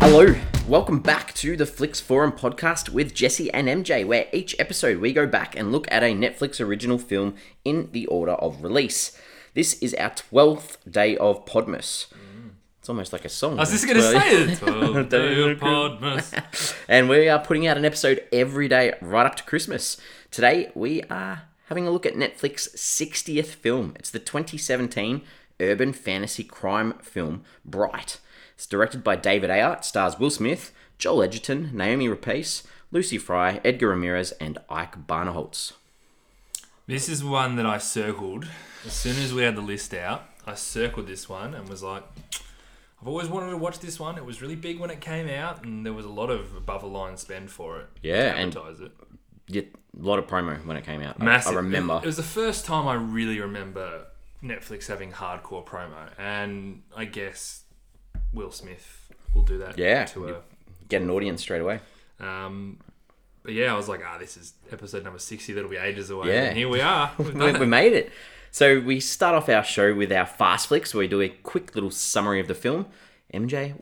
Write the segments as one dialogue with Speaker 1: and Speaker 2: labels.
Speaker 1: Hello, welcome back to the Flix Forum podcast with Jesse and MJ, where each episode we go back and look at a Netflix original film in the order of release. This is our 12th day of Podmas. It's almost like a song.
Speaker 2: Mm. I was just gonna say it.
Speaker 1: Day of And we are putting out an episode every day right up to Christmas. Today we are having a look at Netflix's 60th film. It's the 2017 urban fantasy crime film Bright. It's directed by David Ayer, It stars Will Smith, Joel Edgerton, Naomi Rapace, Lucy Fry, Edgar Ramirez, and Ike Barnholtz.
Speaker 2: This is one that I circled as soon as we had the list out. I circled this one and was like, I've always wanted to watch this one. It was really big when it came out, and there was a lot of above the line spend for it.
Speaker 1: Yeah,
Speaker 2: to
Speaker 1: and-
Speaker 2: advertise it.
Speaker 1: Yeah, a lot of promo when it came out. I-
Speaker 2: Massive.
Speaker 1: I, remember.
Speaker 2: It was the first time I really remember Netflix having hardcore promo, and I guess Will Smith will do that.
Speaker 1: Yeah.
Speaker 2: to a
Speaker 1: Get an audience straight away.
Speaker 2: Um, but yeah, I was like, ah, this is episode number 60. That'll be ages away.
Speaker 1: Yeah.
Speaker 2: And here we are. We've
Speaker 1: we,
Speaker 2: done
Speaker 1: we
Speaker 2: it.
Speaker 1: made it. So we start off our show with our fast flicks, where we do a quick little summary of the film. MJ,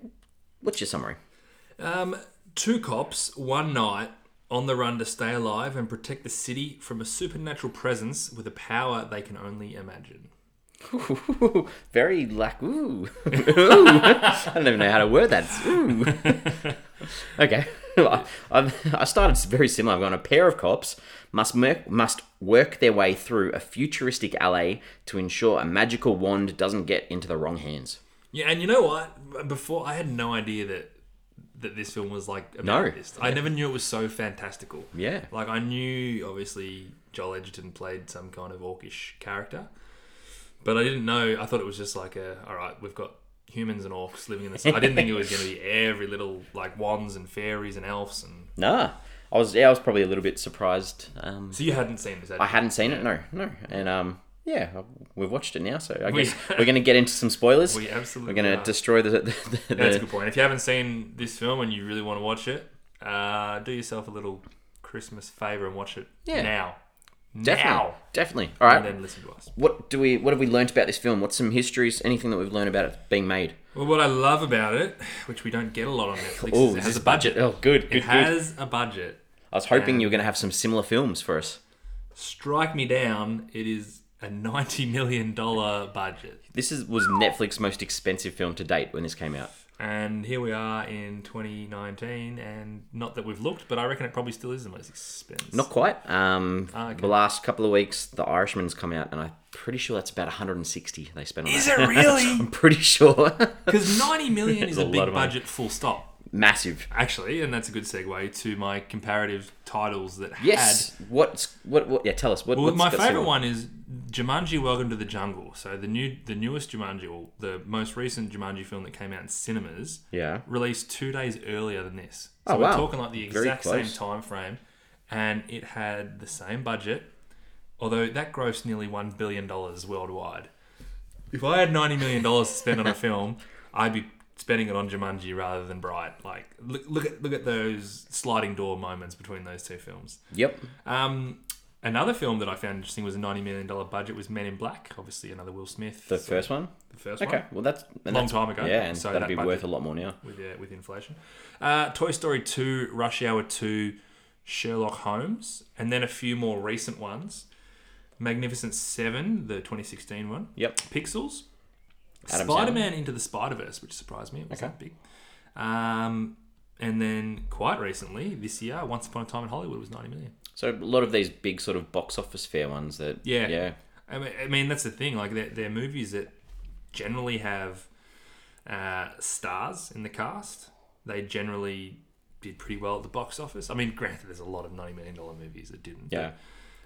Speaker 1: what's your summary?
Speaker 2: Um, two cops, one night, on the run to stay alive and protect the city from a supernatural presence with a power they can only imagine.
Speaker 1: Very like ooh. Ooh. I don't even know how to word that. It's Ooh. okay. I, I've- I started very similar. I've gone a pair of cops must merc, must work their way through a futuristic alley to ensure a magical wand doesn't get into the wrong hands.
Speaker 2: Yeah, and you know what? Before, I had no idea that that this film was like about
Speaker 1: No.
Speaker 2: this. I never knew it was so fantastical.
Speaker 1: Yeah.
Speaker 2: Like I knew obviously Joel Edgerton played some kind of orcish character, but I didn't know. I thought it was just like a all right, we've got humans and orcs living in this. I didn't think it was going to be every little like wands and fairies and elves and.
Speaker 1: Nah. I was yeah, I was probably a little bit surprised. Um,
Speaker 2: So you hadn't seen this? Had
Speaker 1: I hadn't seen it. No, no, and um, yeah, we've watched it now, so I
Speaker 2: We-
Speaker 1: guess we're gonna get into some spoilers.
Speaker 2: We absolutely
Speaker 1: we're gonna
Speaker 2: are.
Speaker 1: destroy the. the, the,
Speaker 2: That's a
Speaker 1: the
Speaker 2: good point. If you haven't seen this film and you really want to watch it, uh, do yourself a little Christmas favor and watch it
Speaker 1: Yeah.
Speaker 2: now.
Speaker 1: definitely,
Speaker 2: Now.
Speaker 1: definitely. All
Speaker 2: And
Speaker 1: right.
Speaker 2: then listen to us.
Speaker 1: What do we? What have we learnt about this film? What's some histories? Anything that we've learned about it being made?
Speaker 2: Well, what I love about it, which we don't get a lot on Netflix,
Speaker 1: Ooh,
Speaker 2: is it
Speaker 1: is
Speaker 2: has
Speaker 1: this
Speaker 2: a budget.
Speaker 1: Oh, good, good,
Speaker 2: It
Speaker 1: good.
Speaker 2: has a budget.
Speaker 1: I was hoping you were gonna have some similar films for us.
Speaker 2: Strike me down. It is a ninety million dollar budget,
Speaker 1: This is was Netflix's most expensive film to date when this came out.
Speaker 2: and here we are in 2019. And not that we've looked, but I reckon it probably still is the most expensive.
Speaker 1: Not quite. Um,
Speaker 2: Ah, okay.
Speaker 1: the last couple of weeks, The Irishman's come out, and I'm pretty sure that's about 160 they spent on
Speaker 2: Is
Speaker 1: that.
Speaker 2: it really?
Speaker 1: I'm pretty sure.
Speaker 2: Because ninety million
Speaker 1: It's
Speaker 2: is
Speaker 1: a
Speaker 2: a,
Speaker 1: lot
Speaker 2: big
Speaker 1: of money.
Speaker 2: budget. Full stop.
Speaker 1: Massive.
Speaker 2: Actually, and that's a good segue to my comparative titles that
Speaker 1: Yes.
Speaker 2: had.
Speaker 1: What's what, what? Yeah, tell us. What,
Speaker 2: Well,
Speaker 1: what's
Speaker 2: my
Speaker 1: got
Speaker 2: favorite
Speaker 1: similar-
Speaker 2: one is Jumanji: Welcome to the Jungle. So the new, the newest Jumanji, or the most recent Jumanji film that came out in cinemas.
Speaker 1: Yeah.
Speaker 2: released two days earlier than this. So
Speaker 1: Oh,
Speaker 2: we're
Speaker 1: wow.
Speaker 2: talking like the
Speaker 1: Very
Speaker 2: exact same
Speaker 1: close.
Speaker 2: time frame, and it had the same budget, although that grossed nearly one billion dollars worldwide. If I had ninety million dollars to spend on a film, I'd be spending it on Jumanji rather than Bright. Like look, look at look at those sliding door moments between those two films.
Speaker 1: Yep.
Speaker 2: Um, another film that I found interesting was a ninety million dollar budget was Men in Black. Obviously, another Will Smith.
Speaker 1: The first one.
Speaker 2: the first
Speaker 1: Okay.
Speaker 2: one
Speaker 1: Well, that's and
Speaker 2: Long
Speaker 1: that's-
Speaker 2: time ago,
Speaker 1: Yeah, and
Speaker 2: so
Speaker 1: that'd
Speaker 2: that
Speaker 1: be
Speaker 2: budget-
Speaker 1: worth a lot more now.
Speaker 2: with uh, with inflation. Uh, Toy Story two, Rush Hour two, Sherlock Holmes, and then a few more recent ones. Magnificent Seven, the 2016 one.
Speaker 1: Yep.
Speaker 2: Pixels.
Speaker 1: Adam
Speaker 2: Spider Man into the Spider Verse, which surprised me. It was
Speaker 1: Okay.
Speaker 2: that big. Um, and then quite recently, this year, Once Upon a Time in Hollywood was 90 million.
Speaker 1: So a lot of these big sort of box office fair ones that.
Speaker 2: Yeah.
Speaker 1: Yeah.
Speaker 2: I mean, I mean that's the thing. Like they're, they're movies that generally have uh, stars in the cast. They generally did pretty well at the box office. I mean, granted, there's a lot of ninety million dollar movies that didn't.
Speaker 1: Yeah.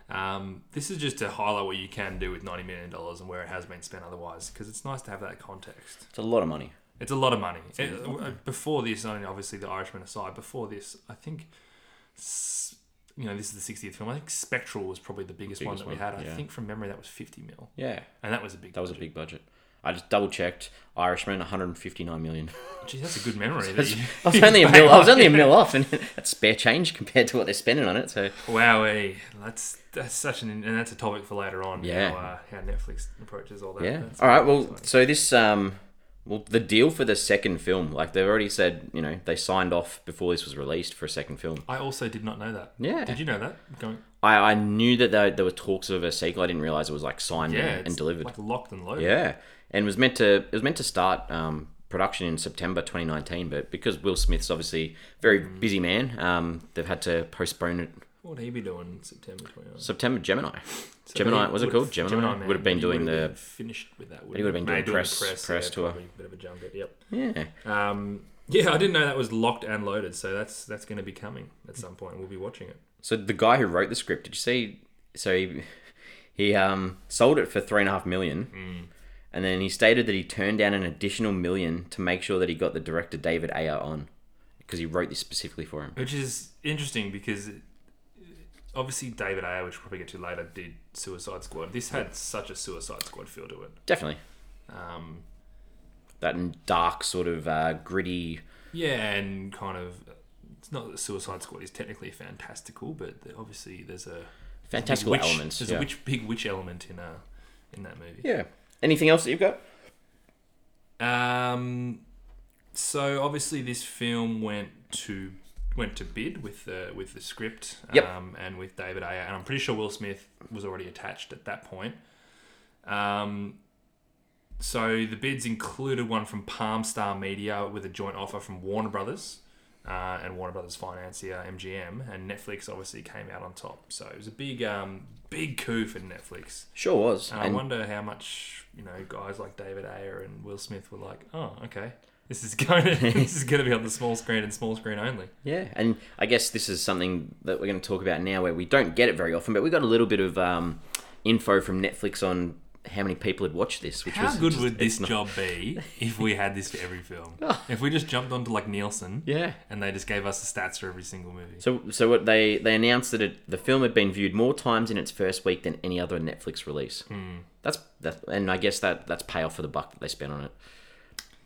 Speaker 2: But, um, this is just to highlight what you can do with ninety million dollars and where it has been spent otherwise, because it's nice to have that context.
Speaker 1: It's a lot of money.
Speaker 2: It's a lot of money. It- uh, before this, I mean, obviously, The Irishman aside, before this, I think, s- you know, this is the 60th film. I think Spectral was probably the biggest, one
Speaker 1: biggest
Speaker 2: that we
Speaker 1: one,
Speaker 2: had.
Speaker 1: yeah.
Speaker 2: I think from memory, that was 50 mil.
Speaker 1: Yeah.
Speaker 2: And that was a big.
Speaker 1: That was a big budget. I just double checked. Irishman, 159 million.
Speaker 2: Gee, that's a good memory. that you-
Speaker 1: I was only a mil. I was only a mil off, and that's spare change compared to what they're spending on it. So
Speaker 2: wow, eh, that's that's such an and that's a topic for later on.
Speaker 1: Yeah.
Speaker 2: how, uh, how Netflix approaches all that.
Speaker 1: yeah.
Speaker 2: That's
Speaker 1: All right.
Speaker 2: really
Speaker 1: Well,
Speaker 2: exciting.
Speaker 1: so this um, Well, the deal for the second film, like they've already said, you know, they signed off before this was released for a second film.
Speaker 2: I also did not know that.
Speaker 1: Yeah.
Speaker 2: Did you know that? Going,
Speaker 1: I, I knew that there, there were talks of a sequel. I didn't realize it was like signed
Speaker 2: yeah,
Speaker 1: Mm, and,
Speaker 2: it's
Speaker 1: and delivered.
Speaker 2: Like locked and loaded.
Speaker 1: yeah, and was meant to it was meant to start um, production in September 2019, but because Will Smith's obviously a very
Speaker 2: Mm.
Speaker 1: busy man, um, they've had to postpone it.
Speaker 2: What would he be doing in September 29th?
Speaker 1: September Gemini. Gemini was it called Gemini? would have been doing the
Speaker 2: finished with that.
Speaker 1: he would have been
Speaker 2: May
Speaker 1: doing press- press
Speaker 2: yeah,
Speaker 1: tour.
Speaker 2: probably a Bit of a jump, but yep.
Speaker 1: yeah.
Speaker 2: Um, yeah, I didn't know that was locked and loaded, so that's that's going to be coming at some point. We'll be watching it.
Speaker 1: So the guy who wrote the script, did you see? So he, he um, sold it for three and a half million,
Speaker 2: Hmm.
Speaker 1: and then he stated that he turned down an additional million to make sure that he got the director David Ayer on, because he wrote this specifically for him.
Speaker 2: Which is interesting because it- obviously David Ayer, which we'll probably get to later, did Suicide Squad. This had such a Suicide Squad feel to it.
Speaker 1: Definitely
Speaker 2: Um,
Speaker 1: that dark sort of uh, gritty.
Speaker 2: yeah, and kind of. It's not that Suicide Squad is technically fantastical, but there- obviously there's a there's a big
Speaker 1: Fantastical
Speaker 2: witch-
Speaker 1: elements,
Speaker 2: There's
Speaker 1: yeah.
Speaker 2: a witch, big witch element in uh, in that movie.
Speaker 1: Yeah. Anything else that you've got?
Speaker 2: Um, so obviously this film went to went to bid with the with the script
Speaker 1: Yep.
Speaker 2: um, and with David Ayer, and I'm pretty sure Will Smith was already attached at that point. Um, so the bids included one from Palm Star Media with a joint offer from Warner Brothers. Uh, and Warner Brothers financier MGM and Netflix obviously came out on top, so it was a big, um, big coup for Netflix.
Speaker 1: Sure was.
Speaker 2: And I wonder how much you know guys like David Ayer and Will Smith were like, oh, okay, this is going to this is going to be on the small screen and small screen only.
Speaker 1: Yeah, and I guess this is something that we're going to talk about now, where we don't get it very often, but we got a little bit of um, info from Netflix on how many people had watched this. Which
Speaker 2: How
Speaker 1: was
Speaker 2: good
Speaker 1: just-
Speaker 2: would this
Speaker 1: it's not-
Speaker 2: job be if we had this for every film? if we just jumped onto like Nielsen,
Speaker 1: Yeah.
Speaker 2: and they just gave us the stats for every single movie.
Speaker 1: So, so what they they announced that it, the film had been viewed more times in its first week than any other Netflix release.
Speaker 2: Hmm.
Speaker 1: That's that, and I guess that that's payoff for the buck that they spent on it.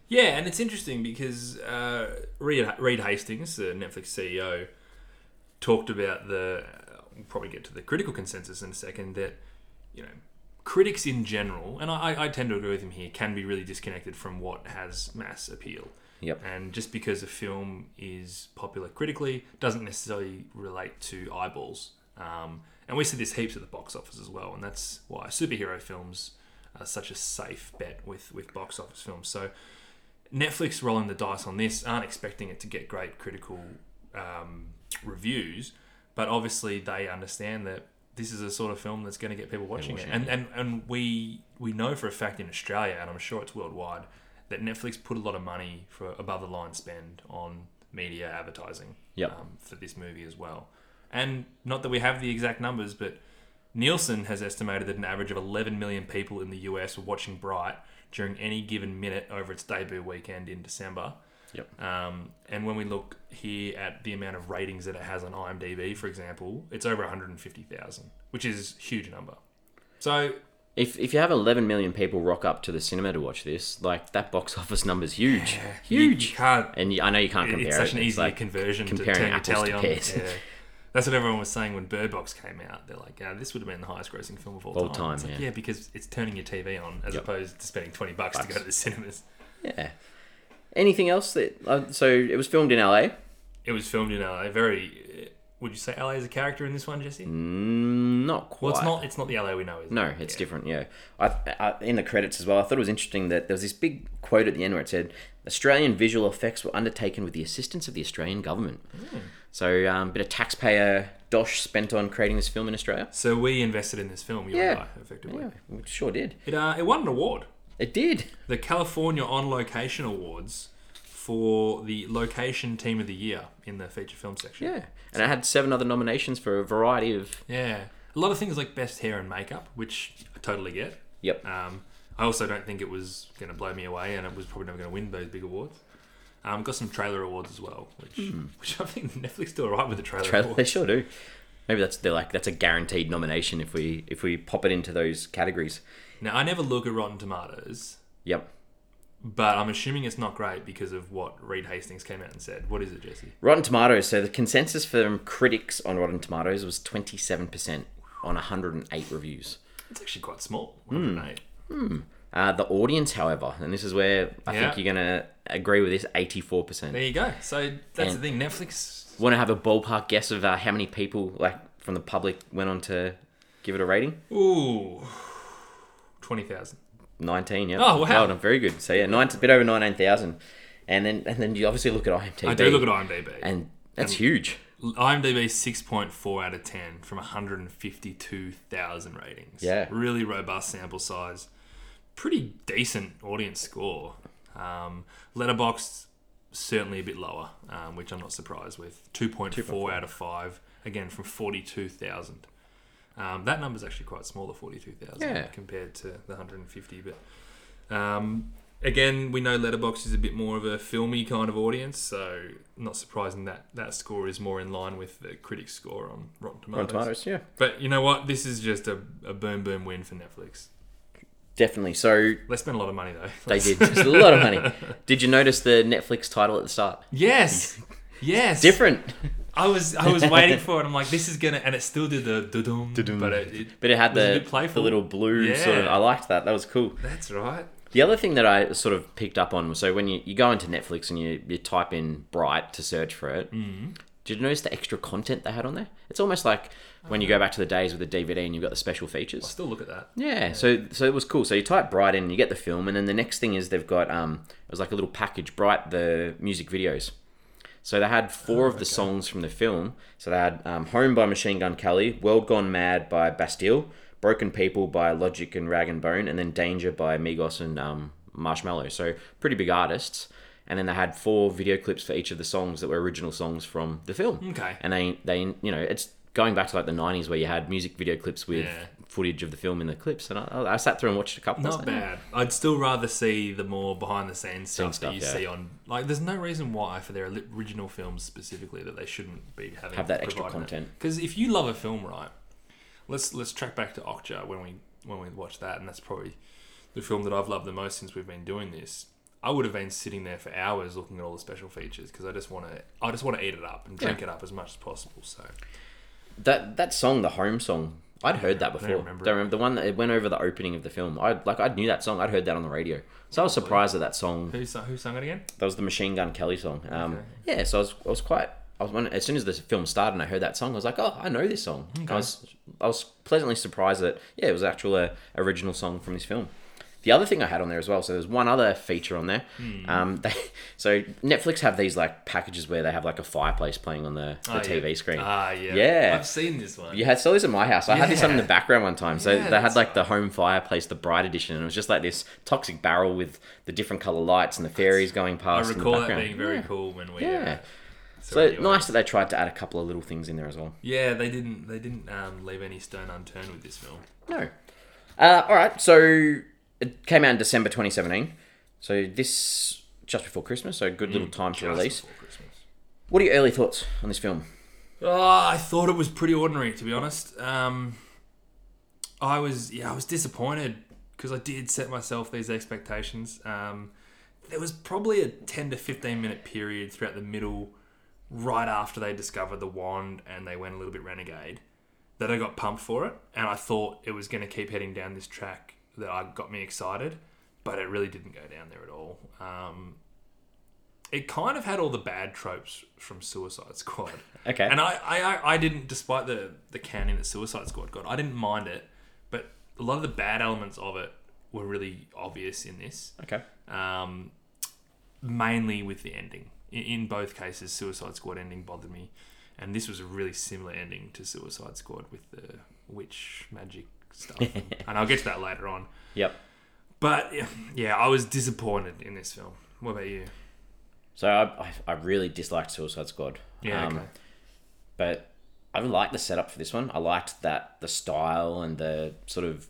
Speaker 2: Yeah, and it's interesting because uh, Reed, Reed Hastings, the Netflix CEO, talked about the. We'll probably get to the critical consensus in a second that, you know, critics in general, and I, I tend to agree with him here, can be really disconnected from what has mass appeal.
Speaker 1: Yep.
Speaker 2: And just because a film is popular critically doesn't necessarily relate to eyeballs. Um, and we see this heaps at the box office as well, and that's why superhero films are such a safe bet with, with box office films. So Netflix rolling the dice on this aren't expecting it to get great critical um, reviews, but obviously they understand that this is a sort of film that's going to get people watching it.
Speaker 1: watching
Speaker 2: And, and and we we know for a fact in Australia, and I'm sure it's worldwide, that Netflix put a lot of money for above the line spend on media advertising um,
Speaker 1: Yep.
Speaker 2: for this movie as well. And not that we have the exact numbers, but Nielsen has estimated that an average of 11 million people in the US were watching Bright during any given minute over its debut weekend in December.
Speaker 1: Yep.
Speaker 2: Um, and when we look here at the amount of ratings that it has on IMDb, for example, it's over 150,000, which is a huge number. So
Speaker 1: If if you have 11 million people rock up to the cinema to watch this, like that box office number's huge,
Speaker 2: you- you
Speaker 1: huge.
Speaker 2: can't
Speaker 1: and you, I know you can't compare
Speaker 2: it's such
Speaker 1: it.
Speaker 2: an easy
Speaker 1: like-
Speaker 2: conversion to
Speaker 1: comparing
Speaker 2: turn your
Speaker 1: apples
Speaker 2: telly
Speaker 1: to
Speaker 2: on.
Speaker 1: pears.
Speaker 2: Yeah. That's what everyone was saying when Bird Box came out. They're like, yeah, this would have been the highest grossing film of all,
Speaker 1: All
Speaker 2: time. It's
Speaker 1: time,
Speaker 2: like,
Speaker 1: yeah.
Speaker 2: because it's turning your TV on as
Speaker 1: Yep.
Speaker 2: opposed to spending 20 bucks, to go to the cinemas.
Speaker 1: Yeah. Anything else that? Uh, so it was filmed in LA.
Speaker 2: It was filmed in LA. Very, uh, would you say LA is a character in this one, Jesse?
Speaker 1: Mm, not quite.
Speaker 2: Well, it's not, it's not the LA we know, is it?
Speaker 1: No, it's different. Yeah, I, I, in the credits as well. I thought it was interesting that there was this big quote at the end where it said, "Australian visual effects were undertaken with the assistance of the Australian government." So, um, bit of taxpayer dosh spent on creating this film in Australia.
Speaker 2: So we invested in this film, you
Speaker 1: Yeah.
Speaker 2: and I, effectively.
Speaker 1: Yeah, we sure did.
Speaker 2: It, uh, it won an award.
Speaker 1: It did.
Speaker 2: The California On Location Awards for the Location Team of the Year in the feature film section.
Speaker 1: Yeah, and it had seven other nominations for a variety of.
Speaker 2: Yeah. A lot of things like best hair and makeup, which I totally get.
Speaker 1: Yep.
Speaker 2: Um, I also don't think it was going to blow me away, and it was probably never going to win those big awards. Um, got some trailer awards as well, which which I think Netflix do alright with the trailer,
Speaker 1: Hmm. Trailer-
Speaker 2: awards.
Speaker 1: They sure do. Maybe that's they're like that's a guaranteed nomination if we if we pop it into those categories.
Speaker 2: Now I never look at Rotten Tomatoes,
Speaker 1: Yep.
Speaker 2: but I'm assuming it's not great because of what Reed Hastings came out and said. What is it, Jesse?
Speaker 1: Rotten Tomatoes. So the consensus from critics on Rotten Tomatoes was 27% on 108 reviews. Hmm.
Speaker 2: It's actually quite small. 108.
Speaker 1: Uh, the audience, however, and this is where I
Speaker 2: Yeah.
Speaker 1: think you're going to agree with this 84%.
Speaker 2: There you go. So that's
Speaker 1: And-
Speaker 2: the thing. Netflix.
Speaker 1: Want to have a ballpark guess of uh, how many people, like from the public, went on to give it a rating?
Speaker 2: Ooh, twenty thousand.
Speaker 1: 19, yeah.
Speaker 2: Oh, wow.
Speaker 1: Well done, very good. So, yeah, nine, a bit over 19,000. And then, and then you obviously look at IMDb.
Speaker 2: I do look at IMDb.
Speaker 1: And that's huge.
Speaker 2: IMDb six point four out of ten from one hundred and fifty two thousand ratings.
Speaker 1: Yeah.
Speaker 2: really robust sample size, pretty decent audience score. Um, Letterbox certainly a bit lower, um, which I'm not surprised with. Two point four out of five, again from forty two thousand. Um, that number's actually quite small, the forty two thousand,
Speaker 1: Yeah.
Speaker 2: compared to the hundred and fifty. But um, again, we know Letterbox is a bit more of a filmy kind of audience, so not surprising that that score is more in line with the critic score on Rotten Tomatoes.
Speaker 1: On tomatoes, yeah.
Speaker 2: But you know what? This is just a, a boom boom win for Netflix.
Speaker 1: Definitely. So,
Speaker 2: They spent a lot of money though.
Speaker 1: they did. It's a lot of money. Did you notice the Netflix title at the start?
Speaker 2: Yes. Yes.
Speaker 1: Different.
Speaker 2: I was I was waiting for it. I'm like, this is gonna, and it still did the dum dum, but it, it,
Speaker 1: But it had
Speaker 2: was a
Speaker 1: the,
Speaker 2: bit playful.
Speaker 1: the little blue sort of.
Speaker 2: Yeah.
Speaker 1: I liked that. That was cool.
Speaker 2: That's right.
Speaker 1: The other thing that I sort of picked up on was so when you, you go into Netflix and you, you type in Bright to search for it,
Speaker 2: Mm-hmm.
Speaker 1: mm did you notice the extra content they had on there? It's almost like when you go back to the days with the DVD and you've got the special
Speaker 2: I
Speaker 1: features.
Speaker 2: still look at that.
Speaker 1: Yeah, so so it was cool. So you type Bright in, you get the film, and then the next thing is they've got um it was like a little package Bright the music videos. So they had four of the songs from the film. So they had um, Home by Machine Gun Kelly, World Gone Mad by Bastille, Broken People by Logic and Rag and Bone, and then Danger by Migos and um, Marshmallow. So pretty big artists. And then they had four video clips for each of the songs that were original songs from the film.
Speaker 2: Okay.
Speaker 1: And they, they you know, it's going back to like the 90s where you had music video clips with
Speaker 2: Yeah.
Speaker 1: footage of the film in the clips. And I, I sat through and watched a couple. I was
Speaker 2: Not
Speaker 1: like, "Oh,
Speaker 2: bad. I'd still rather see the more behind the scenes stuff,
Speaker 1: stuff,
Speaker 2: that you
Speaker 1: yeah.
Speaker 2: see on. Like, there's no reason why for their original films specifically that they shouldn't be having
Speaker 1: Have that extra content.
Speaker 2: Because if you love a film, right? Let's let's track back to Okja when we when we watched that, and that's probably the film that I've loved the most since we've been doing this. I would have been sitting there for hours looking at all the special features because I just want to I just want to eat it up and drink it up as much as possible. So
Speaker 1: That that song, the home song, I'd heard that before. Don't remember,
Speaker 2: remember it.
Speaker 1: the one that it went over the opening of the film. I like I knew that song. I'd heard that on the radio, so I was surprised at that song.
Speaker 2: who sung, who sung it again?
Speaker 1: That was the Machine Gun Kelly song. Um,
Speaker 2: Okay.
Speaker 1: Yeah, so I was I was quite. I was wondering, as soon as the film started and I heard that song, I was like, "Oh, I know this song." I was I was pleasantly surprised that yeah, it was actual uh, original song from this film. The other thing I had on there as well, so there's one other feature on there.
Speaker 2: Hmm.
Speaker 1: Um, they, so Netflix have these like packages where they have like a fireplace playing on the, the
Speaker 2: Ah, yeah.
Speaker 1: TV screen.
Speaker 2: Ah, yeah,
Speaker 1: Yeah.
Speaker 2: I've seen this one.
Speaker 1: You had so this at my house. I had this on in the
Speaker 2: Yeah.
Speaker 1: background one time. So
Speaker 2: Yeah,
Speaker 1: they had
Speaker 2: that's
Speaker 1: like the home fireplace, the bright edition, and it was just like this toxic barrel with the different color lights and the fairies going
Speaker 2: I
Speaker 1: past. in the
Speaker 2: recall that
Speaker 1: background.
Speaker 2: being very
Speaker 1: Yeah.
Speaker 2: cool when we
Speaker 1: Yeah.
Speaker 2: Uh, saw
Speaker 1: So
Speaker 2: it.
Speaker 1: nice that they tried to add a couple of little things in there as well.
Speaker 2: Yeah, they didn't. They didn't um, leave any stone unturned with this film.
Speaker 1: No. Uh, all right. So it came out in December 2017. So this just before Christmas. So good little time to
Speaker 2: Mm, Just
Speaker 1: release.
Speaker 2: before Christmas.
Speaker 1: What are your early thoughts on this film?
Speaker 2: Oh, I thought it was pretty ordinary, to be honest. Um, I was, yeah, I was disappointed because I did set myself these expectations. Um, there was probably a ten to fifteen minute period throughout the middle, right after they discovered the wand and they went a little bit renegade, that I got pumped for it, and I thought it was going to keep heading down this track that I got me excited, but it really didn't go down there at all. Um, it kind of had all the bad tropes from Suicide Squad.
Speaker 1: Okay.
Speaker 2: And I, I, I- I didn't, despite the the canon that Suicide Squad got, I didn't mind it, but a lot of the bad elements of it were really obvious in this.
Speaker 1: Okay.
Speaker 2: Um, mainly with the ending. In, in both cases, Suicide Squad ending bothered me, and this was a really similar ending to Suicide Squad with the witch magic stuff. and I'll get to that later on.
Speaker 1: Yep.
Speaker 2: But yeah, I was disappointed in this film. What about you?
Speaker 1: So I, I, I really disliked Suicide Squad.
Speaker 2: Yeah,
Speaker 1: Um,
Speaker 2: okay.
Speaker 1: but I liked the setup for this one. I liked that the style and the sort of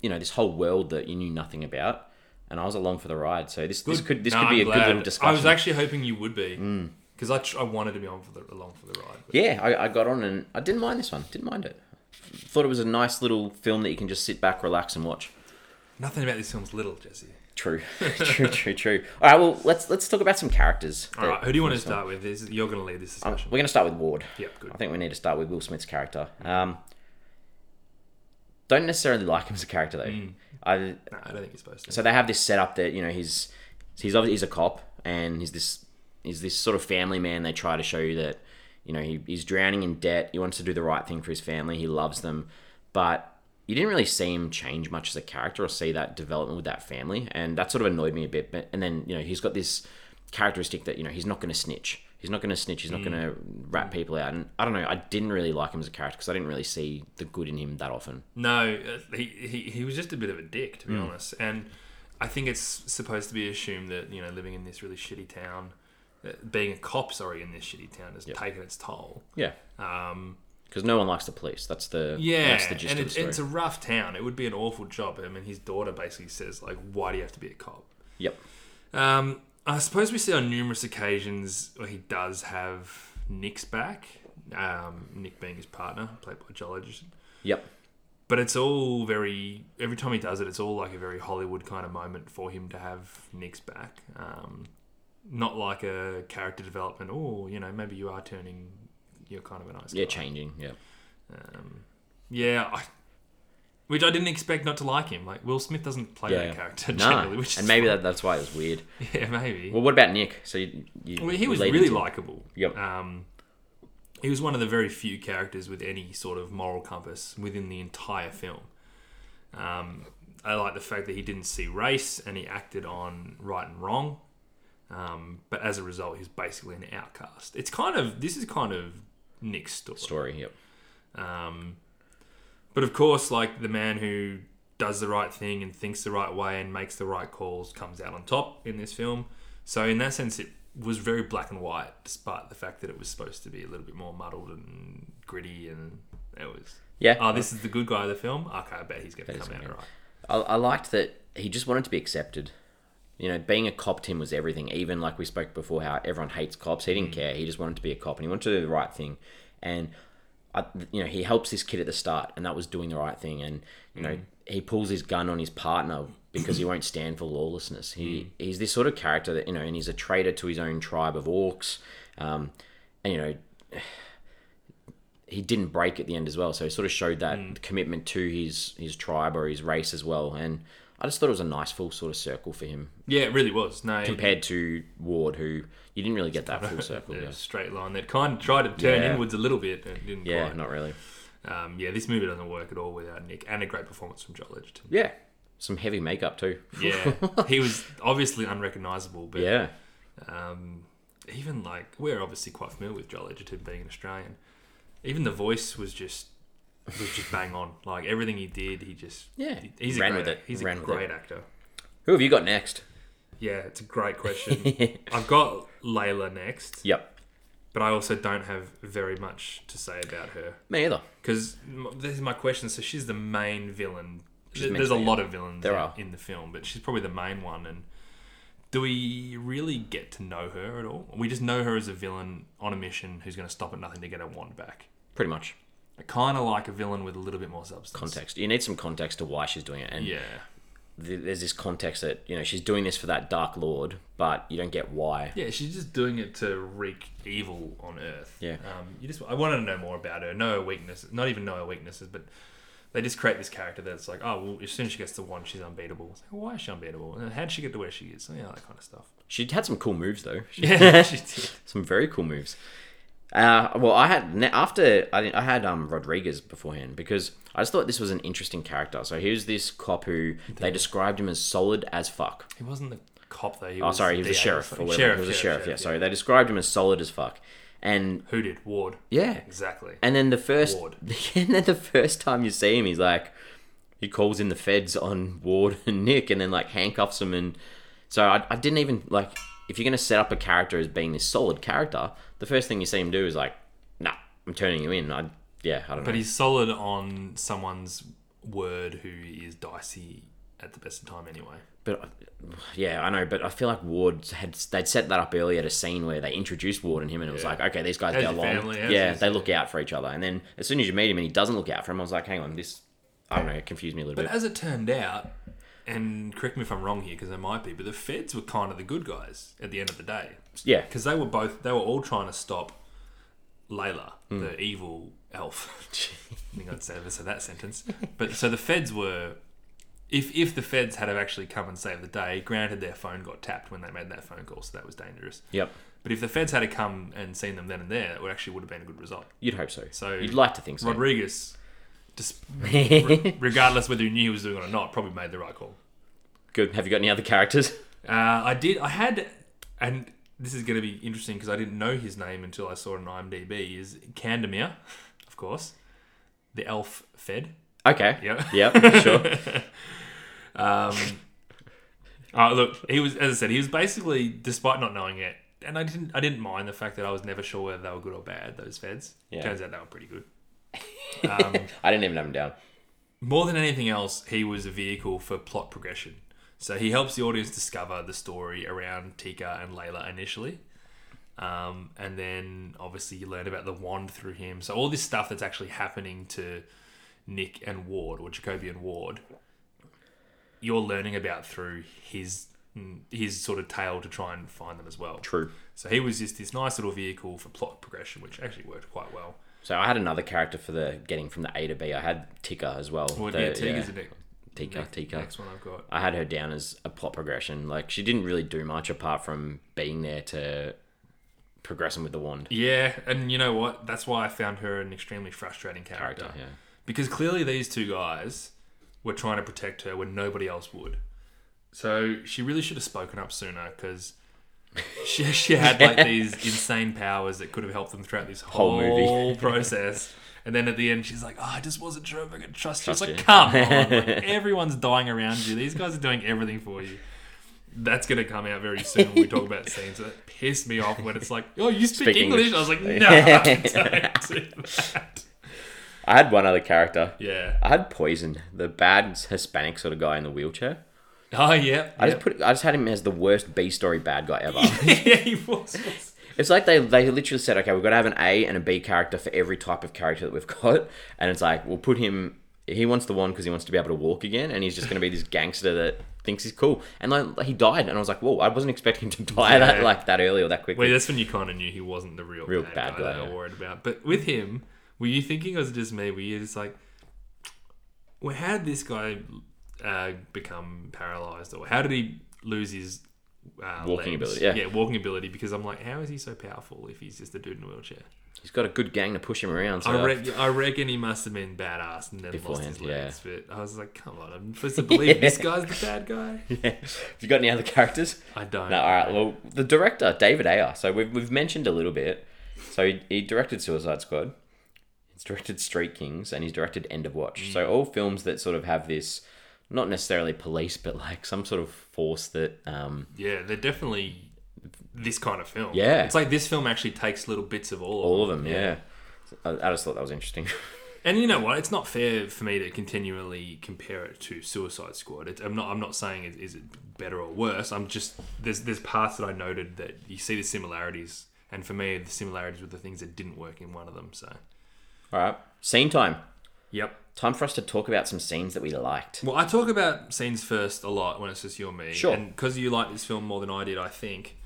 Speaker 1: you know this whole world that you knew nothing about, and I was along for the ride. So this this could this
Speaker 2: No,
Speaker 1: could be
Speaker 2: I'm
Speaker 1: a
Speaker 2: glad.
Speaker 1: good little discussion. Mm.
Speaker 2: I was actually hoping you would be, because I, tr- I wanted to be on for the along for the ride. but-
Speaker 1: yeah, I, I got on and I didn't mind this one. Didn't mind it. Thought it was a nice little film that you can just sit back, relax, and watch.
Speaker 2: Nothing about this film's little, Jesse.
Speaker 1: True, true, true, true. All right, well let's let's talk about some characters.
Speaker 2: All right, who do you want to start with? This you're going to lead this
Speaker 1: Oh.
Speaker 2: discussion.
Speaker 1: We're going to start with Ward.
Speaker 2: yep, good.
Speaker 1: I think we need to start with Will Smith's character. Um, Don't necessarily like him as a character though.
Speaker 2: Mm.
Speaker 1: I
Speaker 2: No, I don't think you're supposed to.
Speaker 1: so they have this setup that you know he's he's obviously he's a cop and he's this he's this sort of family man. They try to show you that you know he, he's drowning in debt. He wants to do the right thing for his family. He loves them, but you didn't really see him change much as a character or see that development with that family, and that sort of annoyed me a bit. But and then you know he's got this characteristic that you know he's not going to snitch. He's not going to snitch. He's not
Speaker 2: Mm.
Speaker 1: going to rat people out. And I don't know. I didn't really like him as a character because I didn't really see the good in him that often.
Speaker 2: No, uh, he, he he was just a bit of a dick, to be
Speaker 1: Mm.
Speaker 2: honest. And I think it's supposed to be assumed that you know living in this really shitty town, uh, being a cop, sorry, in this shitty town has taken its toll.
Speaker 1: Yeah,
Speaker 2: Um,
Speaker 1: because no one likes the police. That's the
Speaker 2: yeah,
Speaker 1: That's the gist
Speaker 2: and
Speaker 1: of
Speaker 2: it,
Speaker 1: the story.
Speaker 2: it's a rough town. It would be an awful job. I mean, his daughter basically says like, "Why do you have to be a cop?"
Speaker 1: Yep.
Speaker 2: Um, I suppose we see on numerous occasions where he does have Nick's back. Um, Nick being his partner, played by Joel Edgerton.
Speaker 1: Yep.
Speaker 2: But it's all very. Every time he does it, it's all like a very Hollywood kind of moment for him to have Nick's back. Um, not like a character development. Oh, you know, maybe you are turning. You're kind of a nice
Speaker 1: Yeah,
Speaker 2: guy.
Speaker 1: changing. Yeah.
Speaker 2: Um, yeah, I, which I didn't expect not to like him. Like Will Smith doesn't play
Speaker 1: Yeah.
Speaker 2: that character
Speaker 1: No.
Speaker 2: generally, which is
Speaker 1: and maybe that, that's why it was weird.
Speaker 2: fine. yeah, maybe.
Speaker 1: Well, what about Nick? So you, you
Speaker 2: Well, he was
Speaker 1: lead
Speaker 2: really
Speaker 1: into-
Speaker 2: likable.
Speaker 1: Yep.
Speaker 2: Um, he was one of the very few characters with any sort of moral compass within the entire film. Um, I like the fact that he didn't see race and he acted on right and wrong. Um, but as a result, he's basically an outcast. It's kind of this is kind of Nick's story.
Speaker 1: story. Yep.
Speaker 2: Um, but of course, like the man who does the right thing and thinks the right way and makes the right calls comes out on top in this film. So in that sense, it was very black and white, despite the fact that it was supposed to be a little bit more muddled and gritty. And it was,
Speaker 1: Yeah.
Speaker 2: oh, this is the good guy of the film. Okay, I bet he's going to come out
Speaker 1: gonna
Speaker 2: all
Speaker 1: be-
Speaker 2: right.
Speaker 1: I, I liked that he just wanted to be accepted. You know, being a cop to him was everything. Even like we spoke before, how everyone hates cops. He didn't care. He just wanted to be a cop, and he wanted to do the right thing. And I, you know, he helps this kid at the start, and that was doing the right thing. And you know, he pulls his gun on his partner because he won't stand for lawlessness. He he's this sort of character that you know, and he's a traitor to his own tribe of orcs. Um, and you know, he didn't break at the end as well. So he sort of showed that commitment to his his tribe or his race as well. And I just thought it was a nice full sort of circle for him
Speaker 2: Yeah, it really was. No, it-
Speaker 1: compared to Ward, who you didn't really get that full circle.
Speaker 2: it was
Speaker 1: yeah,
Speaker 2: a straight line that kind of tried to turn
Speaker 1: Yeah.
Speaker 2: inwards a little bit and it didn't
Speaker 1: yeah,
Speaker 2: quite.
Speaker 1: not really.
Speaker 2: Um, yeah, this movie doesn't work at all without Nick and a great performance from Joel Edgerton.
Speaker 1: Yeah, some heavy makeup too.
Speaker 2: Yeah, he was obviously unrecognizable, but
Speaker 1: Yeah,
Speaker 2: um, even like we're obviously quite familiar with Joel Edgerton being an Australian. Even the voice was just was just bang on. Like everything he did, he just
Speaker 1: Yeah,
Speaker 2: He's
Speaker 1: ran
Speaker 2: a great,
Speaker 1: with it,
Speaker 2: He's
Speaker 1: ran
Speaker 2: a
Speaker 1: with
Speaker 2: great actor.
Speaker 1: who have you got next?
Speaker 2: Yeah, it's a great question. I've got Layla next,
Speaker 1: Yep,
Speaker 2: but I also don't have very much to say about her
Speaker 1: me either.
Speaker 2: because this is my question. So she's the main villain. Th-
Speaker 1: meant
Speaker 2: There's
Speaker 1: to
Speaker 2: a
Speaker 1: be,
Speaker 2: lot of villains
Speaker 1: There
Speaker 2: out
Speaker 1: are.
Speaker 2: in the film, but she's probably the main one. And do we really get to know her at all? We just know her as a villain on a mission who's going to stop at nothing to get her wand back.
Speaker 1: Pretty much
Speaker 2: Kind of like a villain with a little bit more substance.
Speaker 1: context. You need some context to why she's doing it, and
Speaker 2: Yeah,
Speaker 1: th- there's this context that you know she's doing this for that Dark Lord, but you don't get why.
Speaker 2: yeah. She's just doing it to wreak evil on Earth.
Speaker 1: Yeah.
Speaker 2: Um, you just I wanted to know more about her, know her weaknesses, not even know her weaknesses, but. They just create this character that's like, oh, well, as soon as she gets to one, she's unbeatable. It's like, why is she unbeatable? And how did she get to where she is? You know, that kind of stuff.
Speaker 1: She had some cool moves though. She
Speaker 2: Yeah, she did.
Speaker 1: some very cool moves. Uh, well, I had ne- after I, didn't- I had um, Rodriguez beforehand because I just thought this was an interesting character. So here's this cop who they described him as solid as fuck.
Speaker 2: He wasn't the cop though. He
Speaker 1: Oh,
Speaker 2: was
Speaker 1: sorry, he was a
Speaker 2: DA or
Speaker 1: sheriff. Or
Speaker 2: something.
Speaker 1: whatever. he was a sheriff. yeah, sorry, they described him as solid as fuck, and
Speaker 2: Who did Ward?
Speaker 1: yeah,
Speaker 2: Exactly.
Speaker 1: and then the first,
Speaker 2: Ward.
Speaker 1: and then the first time you see him, he's like, he calls in the feds on Ward and Nick, and then like handcuffs him, and so I, I didn't even like. If you're gonna set up a character as being this solid character, the first thing you see him do is like, nah, I'm turning you in. I yeah, I don't
Speaker 2: But
Speaker 1: know.
Speaker 2: he's solid on someone's word who is dicey at the best of time anyway.
Speaker 1: But yeah, I know. But I feel like Ward had they'd set that up earlier at a scene where they introduced Ward and him, and it was like, okay, these guys
Speaker 2: How's
Speaker 1: get
Speaker 2: your
Speaker 1: along.
Speaker 2: family? How's
Speaker 1: yeah,
Speaker 2: this?
Speaker 1: they look out for each other, and then as soon as you meet him and he doesn't look out for him, I was like, hang on, this. I don't know. It confused me a little
Speaker 2: But
Speaker 1: bit.
Speaker 2: as it turned out, and correct me if I'm wrong here because I might be, but the feds were kind of the good guys at the end of the day
Speaker 1: Yeah,
Speaker 2: because they were both they were all trying to stop Layla, the evil Elf. I think I'd say ever said that sentence. But so the feds were, if if the feds had have actually come and saved the day, granted their phone got tapped when they made that phone call, so that was dangerous.
Speaker 1: Yep.
Speaker 2: But if the feds had have come and seen them then and there, it would actually would have been a good result.
Speaker 1: You'd hope so.
Speaker 2: So-
Speaker 1: you'd like to think so.
Speaker 2: Rodriguez, dis- re- regardless whether he knew he was doing it or not, probably made the right call.
Speaker 1: Good. Have you got any other characters?
Speaker 2: Uh, I did. I had, and this is going to be interesting because I didn't know his name until I saw it on IMDb. Is Candemir, of course, the elf fed.
Speaker 1: Okay.
Speaker 2: Yeah.
Speaker 1: Yep. Sure.
Speaker 2: Um, uh, look, he was, as I said, he was basically, despite not knowing it, and I didn't, I didn't mind the fact that I was never sure whether they were good or bad. Those feds.
Speaker 1: Yeah.
Speaker 2: Turns out they were pretty good. Um,
Speaker 1: I didn't even have him down.
Speaker 2: More than anything else, he was a vehicle for plot progression. So he helps the audience discover the story around Tika and Layla initially. Um, and then obviously you learn about the wand through him. So all this stuff that's actually happening to Nick and Ward or Jacoby and Ward, you're learning about through his his sort of tale to try and find them as well.
Speaker 1: True.
Speaker 2: So he was just this nice little vehicle for plot progression, which actually worked quite well.
Speaker 1: So I had another character for the getting from the A to B. I had Tika as well.
Speaker 2: Well,
Speaker 1: The-
Speaker 2: yeah, Tika's the next,
Speaker 1: Tika,
Speaker 2: next-
Speaker 1: Tika.
Speaker 2: next one I've got.
Speaker 1: I had her down as a plot progression. Like she didn't really do much apart from being there to progressing with the wand.
Speaker 2: Yeah, and you know what? That's why I found her an extremely frustrating character.
Speaker 1: Character, yeah.
Speaker 2: Because clearly these two guys were trying to protect her when nobody else would. So she really should have spoken up sooner because she, she had like these insane powers that could have helped them throughout this whole,
Speaker 1: Whole movie.
Speaker 2: process. And then at the end, she's like, oh, I just wasn't sure if I could trust, you. It's like,
Speaker 1: Trust
Speaker 2: come on. like, everyone's dying around you. These guys are doing everything for you. That's going to come out very soon when we talk about scenes. That pissed me off when it's like, oh, you speak,
Speaker 1: Speak
Speaker 2: English.
Speaker 1: English.
Speaker 2: I was like, no, don't do that.
Speaker 1: I had one other character.
Speaker 2: Yeah.
Speaker 1: I had Poison, the bad Hispanic sort of guy in the wheelchair.
Speaker 2: Oh, yeah.
Speaker 1: I
Speaker 2: yeah.
Speaker 1: just put I just had him as the worst B story bad guy ever.
Speaker 2: yeah, he was.
Speaker 1: It's like they, they literally said, okay, we've got to have an A and a B character for every type of character that we've got. And it's like, we'll put him, he wants the one because he wants to be able to walk again. And he's just going to be this gangster that thinks he's cool. And like, he died. And I was like, whoa, I wasn't expecting him to die that
Speaker 2: Yeah.
Speaker 1: like that early or that quickly.
Speaker 2: Well, that's when you kind of knew he wasn't the real,
Speaker 1: Real
Speaker 2: bad,
Speaker 1: bad
Speaker 2: guy,
Speaker 1: guy,
Speaker 2: that
Speaker 1: yeah.
Speaker 2: I worried about. But with him, were you thinking, or was it just me? Were you just like, well, how did this guy uh, become paralyzed, or how did he lose his uh,
Speaker 1: Walking
Speaker 2: legs?
Speaker 1: ability, yeah.
Speaker 2: walking ability. Because I'm like, how is he so powerful if he's just a dude in a wheelchair?
Speaker 1: he's got a good gang to push him around. So
Speaker 2: I, reckon, I reckon he must have been badass and then lost
Speaker 1: Beforehand,
Speaker 2: his
Speaker 1: yeah.
Speaker 2: legs. But I was like, come on, I'm supposed to believe this guy's the bad guy.
Speaker 1: Have you got any other characters?
Speaker 2: I don't.
Speaker 1: No, all right. Well, the director, David Ayer. So we've, we've mentioned a little bit. So he, he directed Suicide Squad, he's directed Street Kings, and he's directed End of Watch. So all films that sort of have this, not necessarily police, but like some sort of force that. Um,
Speaker 2: Yeah, they're definitely this kind of film.
Speaker 1: Yeah.
Speaker 2: It's like this film actually takes little bits of all of
Speaker 1: all of them, yeah. I, I just thought that was interesting.
Speaker 2: And you know what? It's not fair for me to continually compare it to Suicide Squad. It's, I'm not. I'm not saying is, is it better or worse. I'm just there's there's parts that I noted that you see the similarities, and for me the similarities were the things that didn't work in one of them. So
Speaker 1: all right. Scene time.
Speaker 2: yep.
Speaker 1: Time for us to talk about some scenes that we liked.
Speaker 2: Well, I talk about scenes first a lot when it's just you and me.
Speaker 1: Sure.
Speaker 2: And because you like this film more than I did, I think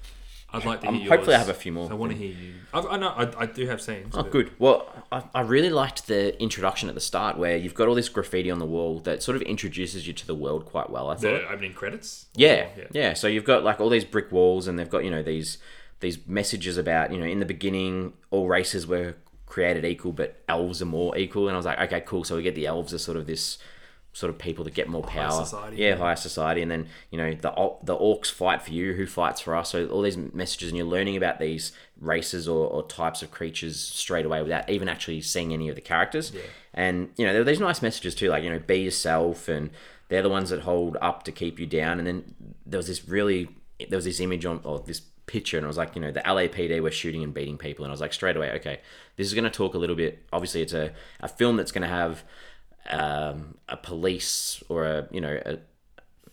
Speaker 2: I'd like to hear
Speaker 1: Um,
Speaker 2: yours.
Speaker 1: hopefully I have a few more
Speaker 2: I want to hear you. I've, I know I, I do have scenes.
Speaker 1: Oh,
Speaker 2: but-
Speaker 1: good. Well, I, I really liked the introduction at the start where you've got all this graffiti on the wall that sort of introduces you to the world quite well, I thought.
Speaker 2: The opening credits. Oh,
Speaker 1: Yeah,
Speaker 2: Or-
Speaker 1: yeah. So you've got like all these brick walls, and they've got you know these these messages about you know in the beginning all races were created equal, but elves are more equal. And I was like, okay, cool. So we get the elves are sort of this sort of people that get more power.
Speaker 2: society.
Speaker 1: Yeah, higher society, and then you know the or- the orcs fight for you, who fights for us. So all these messages, and you're learning about these races or, or types of creatures straight away without even actually seeing any of the characters. And you know there were these nice messages too, like you know be yourself, and they're the ones that hold up to keep you down. And then there was this really there was this image on or this picture and I was like, you know, the LAPD were shooting and beating people and I was like straight away, okay, this is gonna talk a little bit obviously it's a, a film that's gonna have um, a police or a you know a,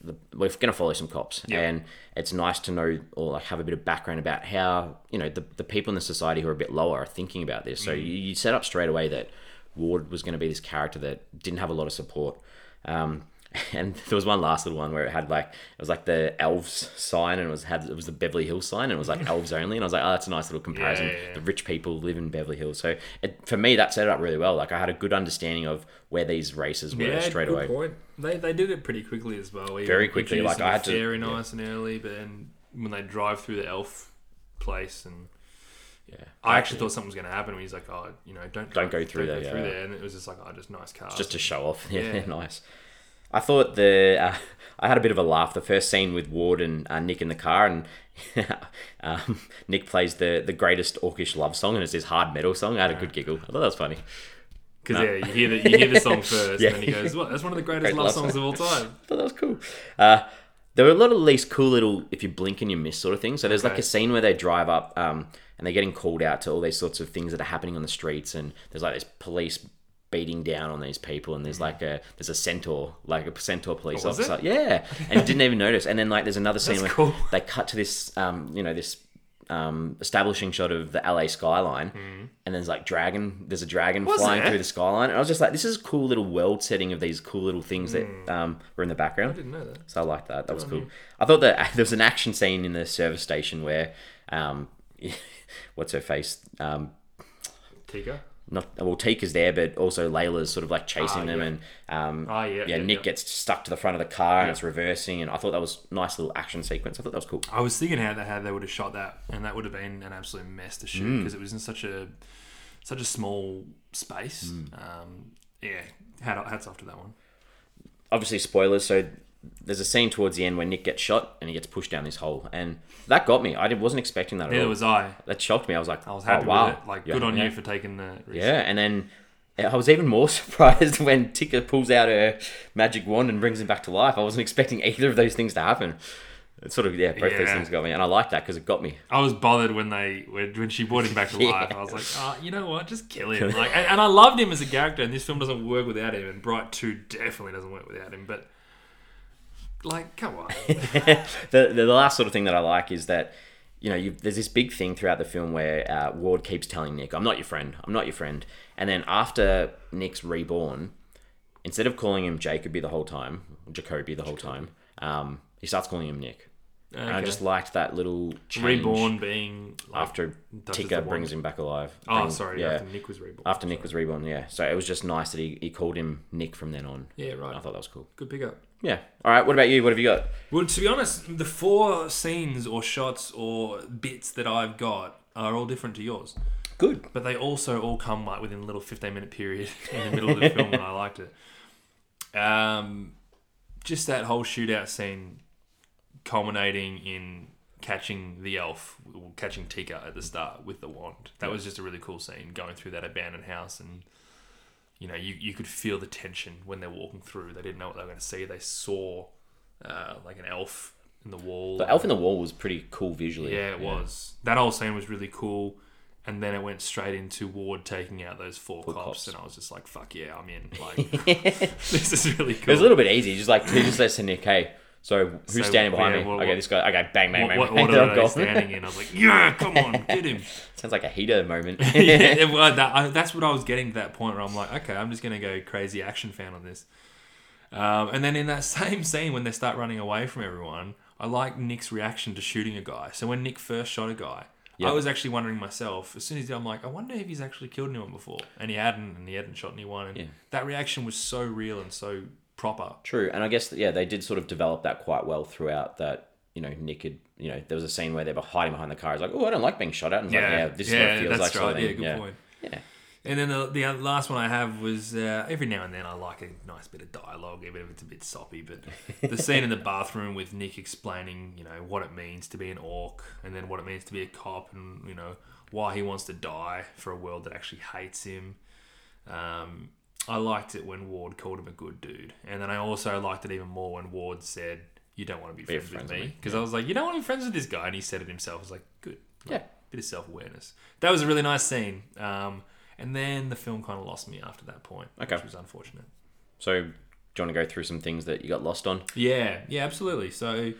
Speaker 1: the, we're going to follow some cops and it's nice to know or like have a bit of background about how you know the, the people in the society who are a bit lower are thinking about this
Speaker 2: Mm.
Speaker 1: so you, you set up straight away that ward was going to be this character that didn't have a lot of support um, and there was one last little one where it had like it was like the elves sign and it was had it was the Beverly Hills sign and it was like elves only and I was like oh that's a nice little comparison
Speaker 2: Yeah, yeah, yeah.
Speaker 1: the rich people live in Beverly Hills so it, for me that set it up really well like I had a good understanding of where these races were
Speaker 2: Yeah,
Speaker 1: straight
Speaker 2: good
Speaker 1: away
Speaker 2: point. They, they did it pretty quickly as well. even
Speaker 1: Very quickly, like,
Speaker 2: introducing
Speaker 1: I
Speaker 2: it
Speaker 1: had to-
Speaker 2: very
Speaker 1: yeah.
Speaker 2: nice and early, but then when they drive through the elf place and
Speaker 1: yeah
Speaker 2: I actually thought something was going to happen. When he's like, "Oh, you know, don't
Speaker 1: Don't go through there, yeah.
Speaker 2: and it was just like, "Oh, just nice car."
Speaker 1: just to show off. Yeah,
Speaker 2: Yeah.
Speaker 1: nice. I thought the uh, I had a bit of a laugh. The first scene with Ward and uh, Nick in the car, and um, Nick plays the the greatest orcish love song, and it's his hard metal song. I had a good giggle. I thought that was funny.
Speaker 2: because yeah, you hear the you hear the song first,
Speaker 1: Yeah.
Speaker 2: and then he goes, "What? That's one of the greatest
Speaker 1: Great
Speaker 2: love
Speaker 1: love
Speaker 2: songs of all time."
Speaker 1: I thought that was cool. Uh, there were a lot of these cool little if you blink and you miss sort of things. So there's like
Speaker 2: Okay.
Speaker 1: a scene where they drive up um, and they're getting called out to all these sorts of things that are happening on the streets, and there's like this police beating down on these people, and there's like a there's a centaur, like a centaur police
Speaker 2: Oh, was
Speaker 1: officer, yeah, and didn't even notice. And then like there's another scene where
Speaker 2: cool.
Speaker 1: they cut to this, um, you know, this um, establishing shot of the LA skyline,
Speaker 2: Hmm.
Speaker 1: and there's like dragon. There's a dragon flying
Speaker 2: there?
Speaker 1: through the skyline, and I was just like, this is a cool little world setting of these cool little things that um, were in the background.
Speaker 2: Hmm. I didn't know that.
Speaker 1: So I liked that. That was cool. I thought that there was an action scene in the service station where, um, what's her face? Um,
Speaker 2: Tika.
Speaker 1: not well, Tika's there, but also Layla's sort of like chasing
Speaker 2: Ah,
Speaker 1: them,
Speaker 2: yeah.
Speaker 1: and um,
Speaker 2: Ah, yeah,
Speaker 1: yeah,
Speaker 2: yeah,
Speaker 1: Nick
Speaker 2: yeah.
Speaker 1: gets stuck to the front of the car and it's reversing, and I thought that was a nice little action sequence. I thought that was cool.
Speaker 2: I was thinking how they how they would have shot that, and that would have been an absolute mess to
Speaker 1: Mm.
Speaker 2: shoot because it was in such a such a small space.
Speaker 1: Mm.
Speaker 2: Um, yeah, hat, hats off to that one.
Speaker 1: Obviously, spoilers. So there's a scene towards the end where Nick gets shot and he gets pushed down this hole, and that got me. I didn't- wasn't expecting that at
Speaker 2: Neither
Speaker 1: all.
Speaker 2: was I.
Speaker 1: that shocked me. I was like,
Speaker 2: I was happy
Speaker 1: oh, wow.
Speaker 2: with it. Like,
Speaker 1: Yeah,
Speaker 2: good on
Speaker 1: yeah.
Speaker 2: you for taking the risk.
Speaker 1: Yeah, and then I was even more surprised when Tika pulls out her magic wand and brings him back to life. I wasn't expecting either of those things to happen. It sort of yeah, both these
Speaker 2: Yeah.
Speaker 1: things got me, and I like that because it got me.
Speaker 2: I was bothered when they when, when she brought him back to life. I was like, oh, you know what, just kill him. Like, and, and I loved him as a character, and this film doesn't work without him, and Bright Two definitely doesn't work without him. But like, come on,
Speaker 1: the, the the last sort of thing that I like is that. You know, you, there's this big thing throughout the film where uh, Ward keeps telling Nick, "I'm not your friend. I'm not your friend." And then after Nick's reborn, instead of calling him Jacoby the whole time, Jacoby the whole time, um, he starts calling him Nick. And I
Speaker 2: Okay.
Speaker 1: just liked that little change.
Speaker 2: Uh, reborn being like,
Speaker 1: after
Speaker 2: Touches the
Speaker 1: Tika
Speaker 2: wand.
Speaker 1: brings him back alive.
Speaker 2: Oh,
Speaker 1: Brings-
Speaker 2: sorry,
Speaker 1: yeah.
Speaker 2: yeah.
Speaker 1: After,
Speaker 2: After Nick was reborn.
Speaker 1: Nick was reborn, yeah. So it was just nice that he, he called him Nick from then on.
Speaker 2: yeah, right.
Speaker 1: I thought that was cool.
Speaker 2: Good pickup.
Speaker 1: Yeah. All right. What about you? What have you got?
Speaker 2: Well, to be honest, the four scenes or shots or bits that I've got are all different to yours,
Speaker 1: Good.
Speaker 2: but they also all come like within a little fifteen minute period in the middle of the film, and I liked it. Um, just that whole shootout scene, culminating in catching the elf, catching Tika at the start with the wand. That was just a really cool scene, going through that abandoned house and you know, you, you could feel the tension when they're walking through. They didn't know what they were going to see. They saw uh, like an elf in the wall.
Speaker 1: The Elf in the Wall was pretty cool visually.
Speaker 2: yeah, it was. That whole scene was really cool. And then it went straight into Ward taking out those four, cops,
Speaker 1: cops.
Speaker 2: and I was just like, "Fuck yeah, I'm in!" Like, this is really
Speaker 1: It
Speaker 2: cool.
Speaker 1: was a little bit easy. Just like he just says to Nick, "Hey, so who's
Speaker 2: So,
Speaker 1: standing behind
Speaker 2: yeah,
Speaker 1: me?
Speaker 2: what-
Speaker 1: okay,
Speaker 2: what-
Speaker 1: this guy. Okay, bang, bang,
Speaker 2: what,
Speaker 1: bang.
Speaker 2: what
Speaker 1: bang,
Speaker 2: order are
Speaker 1: goal.
Speaker 2: they standing in? I was like, "Yeah, come on, get him!"
Speaker 1: Sounds like a heater moment.
Speaker 2: yeah, it was- that, I, that's what I was getting to that point where I'm like, okay, I'm just gonna go crazy action fan on this. Um, and then in that same scene when they start running away from everyone, I like Nick's reaction to shooting a guy. So when Nick first shot a guy, I was actually wondering myself as soon as he did, I'm like, I wonder if he's actually killed anyone before, and he hadn't, and he hadn't shot anyone. And that reaction was so real and so proper.
Speaker 1: True, and I guess yeah, they did sort of develop that quite well throughout. That you know, Nick had you know, there was a scene where they were hiding behind the car. He's like, "Oh, I don't like being shot at." And yeah, like, yeah, this is what it feels like. sort of
Speaker 2: Yeah,
Speaker 1: thing.
Speaker 2: good
Speaker 1: yeah.
Speaker 2: point.
Speaker 1: Yeah.
Speaker 2: And then the, the other- last one I have was uh, every now and then I like a nice bit of dialogue, even if it's a bit soppy. But the scene in the bathroom with Nick explaining, you know, what it means to be an orc, and then what it means to be a cop, and you know why he wants to die for a world that actually hates him. Um, I liked it when Ward called him a good dude, and then I also liked it even more when Ward said, "You don't want to be friends,
Speaker 1: friends
Speaker 2: with
Speaker 1: with
Speaker 2: me,"
Speaker 1: me.
Speaker 2: because I was like, "You don't want to be friends with this guy," and he said it himself. I was like, "Good,
Speaker 1: Yeah.
Speaker 2: bit of self awareness. That was a really nice scene. Um, and then the film kind of lost me after that point,
Speaker 1: Okay.
Speaker 2: which was unfortunate.
Speaker 1: So, do you want to go through some things that you got lost on?
Speaker 2: Yeah, yeah, absolutely. So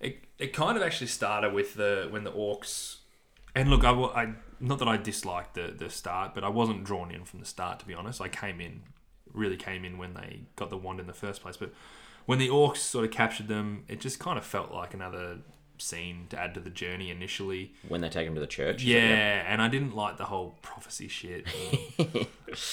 Speaker 2: it, it kind of actually started with the when the orcs, and look, I, wa- I not that I disliked the the start, but I wasn't drawn in from the start to be honest. I came in really came in when they got the wand in the first place. But when the orcs sort of captured them, it just kind of felt like another scene to add to the journey initially.
Speaker 1: When they take him to the church. is it?
Speaker 2: Yeah, and I didn't like the whole prophecy shit.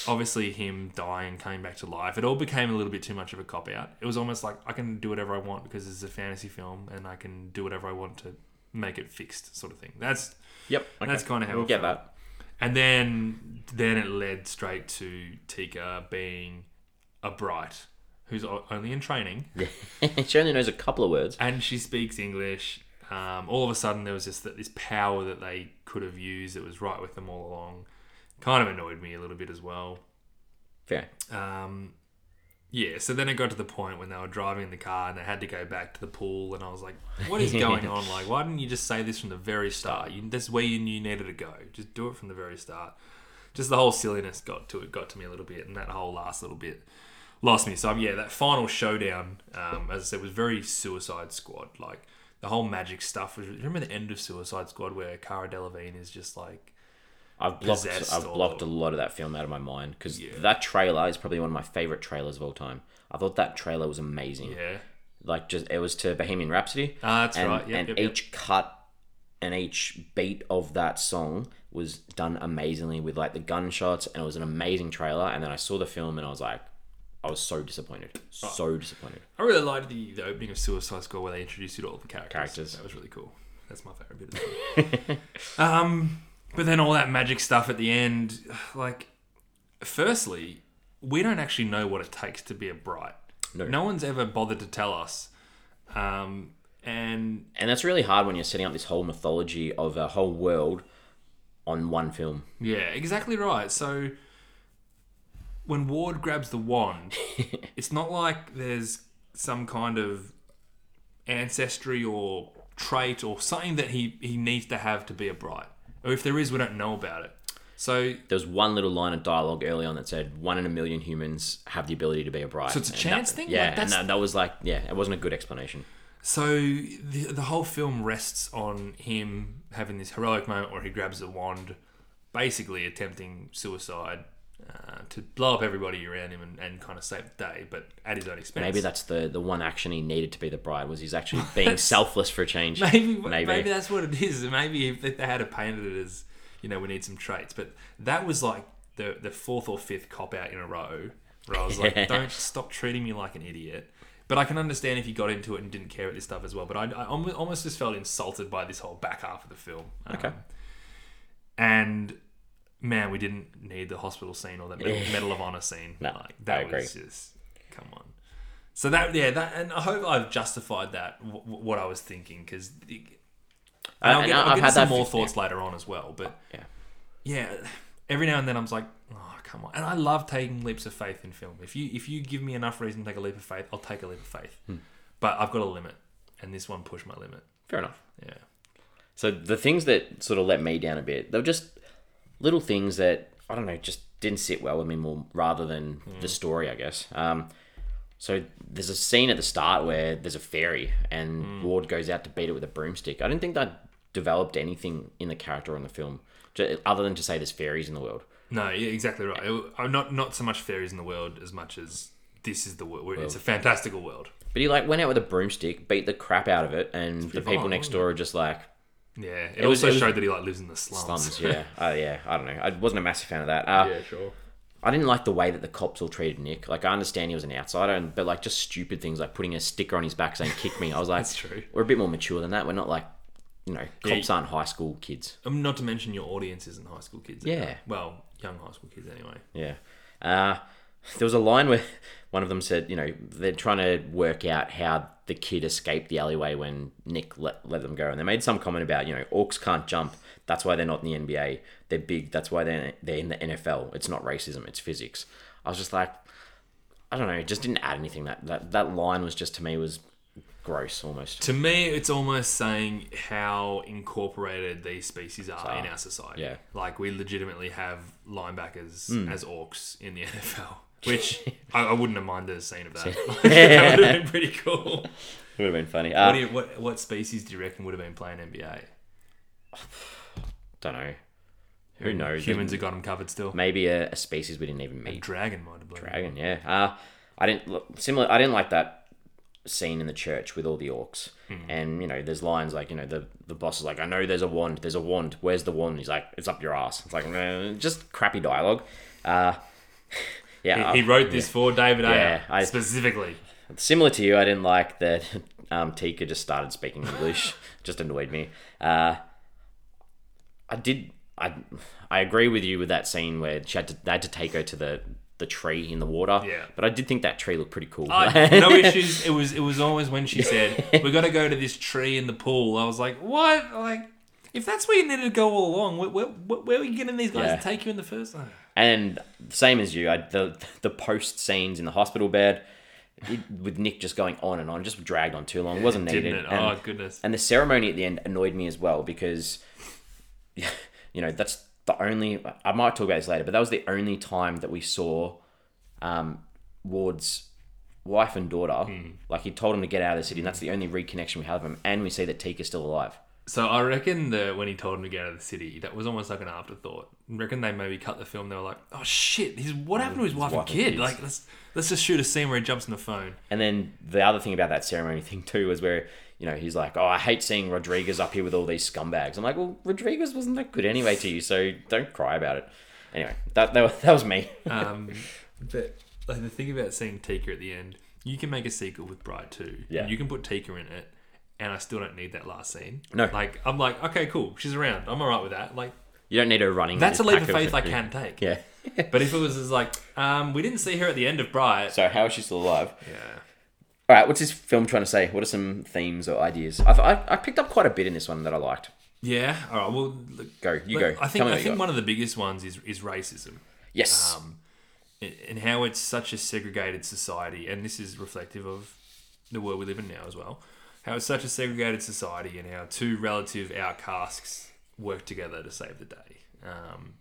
Speaker 2: Obviously, him dying, coming back to life, it all became a little bit too much of a cop out. It was almost like I can do whatever I want because it's a fantasy film, and I can do whatever I want to make it fixed, sort of thing. That's
Speaker 1: Yep. Okay.
Speaker 2: that's kind of how
Speaker 1: We'll
Speaker 2: it
Speaker 1: get
Speaker 2: felt.
Speaker 1: that.
Speaker 2: And then then it led straight to Tika being a bright who's o- only in training
Speaker 1: she only knows a couple of words.
Speaker 2: and she speaks English. Um, all of a sudden, there was just that this power that they could have used that was right with them all along. Kind of annoyed me a little bit as well.
Speaker 1: Fair.
Speaker 2: Um, yeah, so then it got to the point when they were driving in the car and they had to go back to the pool, and I was like, "What is going on? Like, why didn't you just say this from the very start? You, this is where you knew you needed to go. Just do it from the very start." Just the whole silliness got to it, got to me a little bit, and that whole last little bit lost me. So um, yeah, that final showdown, um, as I said, was very Suicide Squad. Like the whole magic stuff. Was, remember the end of Suicide Squad where Cara Delevingne is just like,
Speaker 1: I've blocked.
Speaker 2: Possessed
Speaker 1: I've
Speaker 2: or-
Speaker 1: blocked a lot of that film out of my mind because
Speaker 2: Yeah.
Speaker 1: that trailer is probably one of my favorite trailers of all time. I thought that trailer was amazing.
Speaker 2: yeah,
Speaker 1: Like just it was to Bohemian Rhapsody.
Speaker 2: Ah, that's
Speaker 1: and,
Speaker 2: right. Yep,
Speaker 1: and
Speaker 2: yep, yep.
Speaker 1: each cut and each beat of that song was done amazingly with like the gunshots, and it was an amazing trailer. And then I saw the film, and I was like, I was so disappointed, so disappointed.
Speaker 2: I really liked the, the opening of Suicide Squad where they introduced you to all the characters.
Speaker 1: Characters.
Speaker 2: That was really cool. That's my favorite bit of the film. um, but then all that magic stuff at the end, like, firstly, we don't actually know what it takes to be a bright.
Speaker 1: No.
Speaker 2: one's ever bothered to tell us. Um, and
Speaker 1: And that's really hard when you're setting up this whole mythology of a whole world on one film.
Speaker 2: yeah, exactly right. So when Ward grabs the wand, it's not like there's some kind of ancestry or trait or something that he, he needs to have to be a bright. Or if there is, we don't know about it. So,
Speaker 1: There was one little line of dialogue early on that said, "One in a million humans have the ability to be a bride." So
Speaker 2: it's a chance thing?
Speaker 1: Yeah,
Speaker 2: Like,
Speaker 1: and
Speaker 2: that's-
Speaker 1: that, that was like, yeah, it wasn't a good explanation.
Speaker 2: so the, the whole film rests on him having this heroic moment where he grabs the wand, basically attempting suicide uh, to blow up everybody around him and, and kind of save the day, but at his own expense.
Speaker 1: Maybe that's the the one action he needed to be the bride was he's actually being selfless for a change.
Speaker 2: maybe, maybe that's what it is. Maybe if they had painted it as you know we need some traits, but that was like the the fourth or fifth cop out in a row where I was like, don't stop treating me like an idiot. But I can understand if you got into it and didn't care about this stuff as well. But I, I almo- almost just felt insulted by this whole back half of the film. Um,
Speaker 1: Okay.
Speaker 2: and man, we didn't need the hospital scene or that Medal, Medal of Honor scene.
Speaker 1: No,
Speaker 2: like, that
Speaker 1: I agree.
Speaker 2: was just come on. So that yeah, that and I hope I've justified that w- w- what I was thinking because. And
Speaker 1: Uh,
Speaker 2: I'll
Speaker 1: and
Speaker 2: get,
Speaker 1: I-
Speaker 2: I'll
Speaker 1: I've
Speaker 2: get
Speaker 1: had
Speaker 2: some
Speaker 1: that
Speaker 2: more
Speaker 1: fe-
Speaker 2: thoughts later on as well. But
Speaker 1: Yeah.
Speaker 2: yeah, every now and then I'm just like, oh come on. And I love taking leaps of faith in film. If you if you give me enough reason to take a leap of faith, I'll take a leap of faith.
Speaker 1: Hmm.
Speaker 2: But I've got a limit, and this one pushed my limit.
Speaker 1: Fair enough.
Speaker 2: Yeah.
Speaker 1: So the things that sort of let me down a bit, they were just little things that I don't know, just didn't sit well with me more rather than
Speaker 2: Mm.
Speaker 1: the story, I guess. Um, so there's a scene at the start where there's a fairy and
Speaker 2: Mm.
Speaker 1: Ward goes out to beat it with a broomstick. I didn't think that developed anything in the character or in the film, ju- other than to say there's fairies in the world.
Speaker 2: No, yeah, exactly right. It- I'm not not so much fairies in the world as much as this is the world. where It's a fantastical world.
Speaker 1: But he like went out with a broomstick, beat the crap out of it, and the
Speaker 2: pretty
Speaker 1: people
Speaker 2: violent,
Speaker 1: next
Speaker 2: wasn't
Speaker 1: door are just like,
Speaker 2: Yeah, it,
Speaker 1: was-
Speaker 2: also
Speaker 1: it was-
Speaker 2: showed that he like lives in the slums.
Speaker 1: thumbs, yeah, oh yeah, I don't know. I wasn't a massive fan of that. Uh,
Speaker 2: sure.
Speaker 1: I didn't like the way that the cops all treated Nick. Like I understand he was an outsider, and, but like just stupid things like putting a sticker on his back saying "kick me." I was like,
Speaker 2: That's true.
Speaker 1: We're a bit more mature than that. We're not like, you know, cops aren't high school kids.
Speaker 2: Um, not to mention your audience isn't high school kids.
Speaker 1: Yeah.
Speaker 2: either. Well, young high school kids anyway.
Speaker 1: Yeah. Uh, there was a line where one of them said, you know, they're trying to work out how the kid escaped the alleyway when Nick let, let them go. And they made some comment about, you know, orcs can't jump. That's why they're not in the NBA. They're big. That's why they're, they're in the NFL. It's not racism, it's physics. I was just like, I don't know. It just didn't add anything. That, that, that line was just, to me, was gross almost.
Speaker 2: To me, it's almost saying how incorporated these species are in our society.
Speaker 1: yeah. Hmm.
Speaker 2: Like we legitimately have linebackers as orcs in the NFL, which I, I wouldn't have minded a scene of that. that would have been pretty cool.
Speaker 1: It would have been funny.
Speaker 2: What,
Speaker 1: Uh,
Speaker 2: do you, what what species do you reckon would have been playing NBA?
Speaker 1: don't know. Who knows?
Speaker 2: Humans have got them covered still.
Speaker 1: Maybe a, a species we didn't even
Speaker 2: A
Speaker 1: meet.
Speaker 2: dragon might have blown.
Speaker 1: Dragon, yeah. Uh, I didn't look, similar. I didn't like that scene in the church with all the orcs.
Speaker 2: Hmm.
Speaker 1: And you know, there's lines like, you know, the the boss is like, "I know there's a wand. There's a wand. Where's the wand?" He's like, "It's up your ass." It's like "Nah," just crappy dialogue. Uh, yeah,
Speaker 2: He
Speaker 1: uh,
Speaker 2: wrote this for David Ayer
Speaker 1: Yeah, I-
Speaker 2: specifically.
Speaker 1: similar to you, I didn't like that. Um, Tika just started speaking English. just annoyed me. Uh, I did. I I agree with you with that scene where she had to, they had to take her to the the tree in the water.
Speaker 2: Yeah.
Speaker 1: But I did think that tree looked pretty cool.
Speaker 2: I, no issues. It was it was always when she said, "We got to go to this tree in the pool." I was like, "What? Like, if that's where you needed to go all along, where, where, where are you getting these guys
Speaker 1: Yeah.
Speaker 2: to take you in the first place?"
Speaker 1: And same as you, I, the the post scenes in the hospital bed it, with Nick just going on and on, just dragged on too long, wasn't needed.
Speaker 2: Didn't it?
Speaker 1: And,
Speaker 2: Oh goodness.
Speaker 1: and the ceremony at the end annoyed me as well because, you know, that's the only I might talk about this later, but that was the only time that we saw um, Ward's wife and daughter.
Speaker 2: Hmm.
Speaker 1: Like he told him to get out of the city, and that's the only reconnection we have of him. And we see that Tika's still alive.
Speaker 2: So I reckon that when he told him to get out of the city, that was almost like an afterthought. I reckon they maybe cut the film. They were like, "Oh shit, his, what happened to his wife,
Speaker 1: wife
Speaker 2: and
Speaker 1: and
Speaker 2: kid?
Speaker 1: kids.
Speaker 2: Like, let's let's just shoot a scene where he jumps on the phone."
Speaker 1: And then the other thing about that ceremony thing too was where you know he's like, "Oh, I hate seeing Rodriguez up here with all these scumbags." I'm like, "Well, Rodriguez wasn't that good anyway to you, so don't cry about it." Anyway, that that was, that was me.
Speaker 2: Um, but like the thing about seeing Tika at the end, you can make a sequel with Bright Two.
Speaker 1: Yeah.
Speaker 2: You can put Tika in it, and I still don't need that last scene.
Speaker 1: No.
Speaker 2: Like I'm like, okay, cool, she's around. I'm alright with that. Like
Speaker 1: You don't need her running.
Speaker 2: that's a
Speaker 1: with
Speaker 2: leap of
Speaker 1: pack
Speaker 2: faith I can take.
Speaker 1: Yeah.
Speaker 2: But if it was just like, um, we didn't see her at the end of Bright.
Speaker 1: So how is she still alive?
Speaker 2: Yeah.
Speaker 1: All right, what's this film trying to say? What are some themes or ideas? I th- I, I picked up quite a bit in this one that I liked.
Speaker 2: Yeah. All right. Well, look,
Speaker 1: Go, you
Speaker 2: Look,
Speaker 1: go. Tell
Speaker 2: I think
Speaker 1: me
Speaker 2: I
Speaker 1: what you
Speaker 2: think
Speaker 1: got.
Speaker 2: one of the biggest ones is is racism,
Speaker 1: Yes.
Speaker 2: um, and and how it's such a segregated society, and this is reflective of the world we live in now as well. How it's such a segregated society, and how two relative outcasts work together to save the day. Um,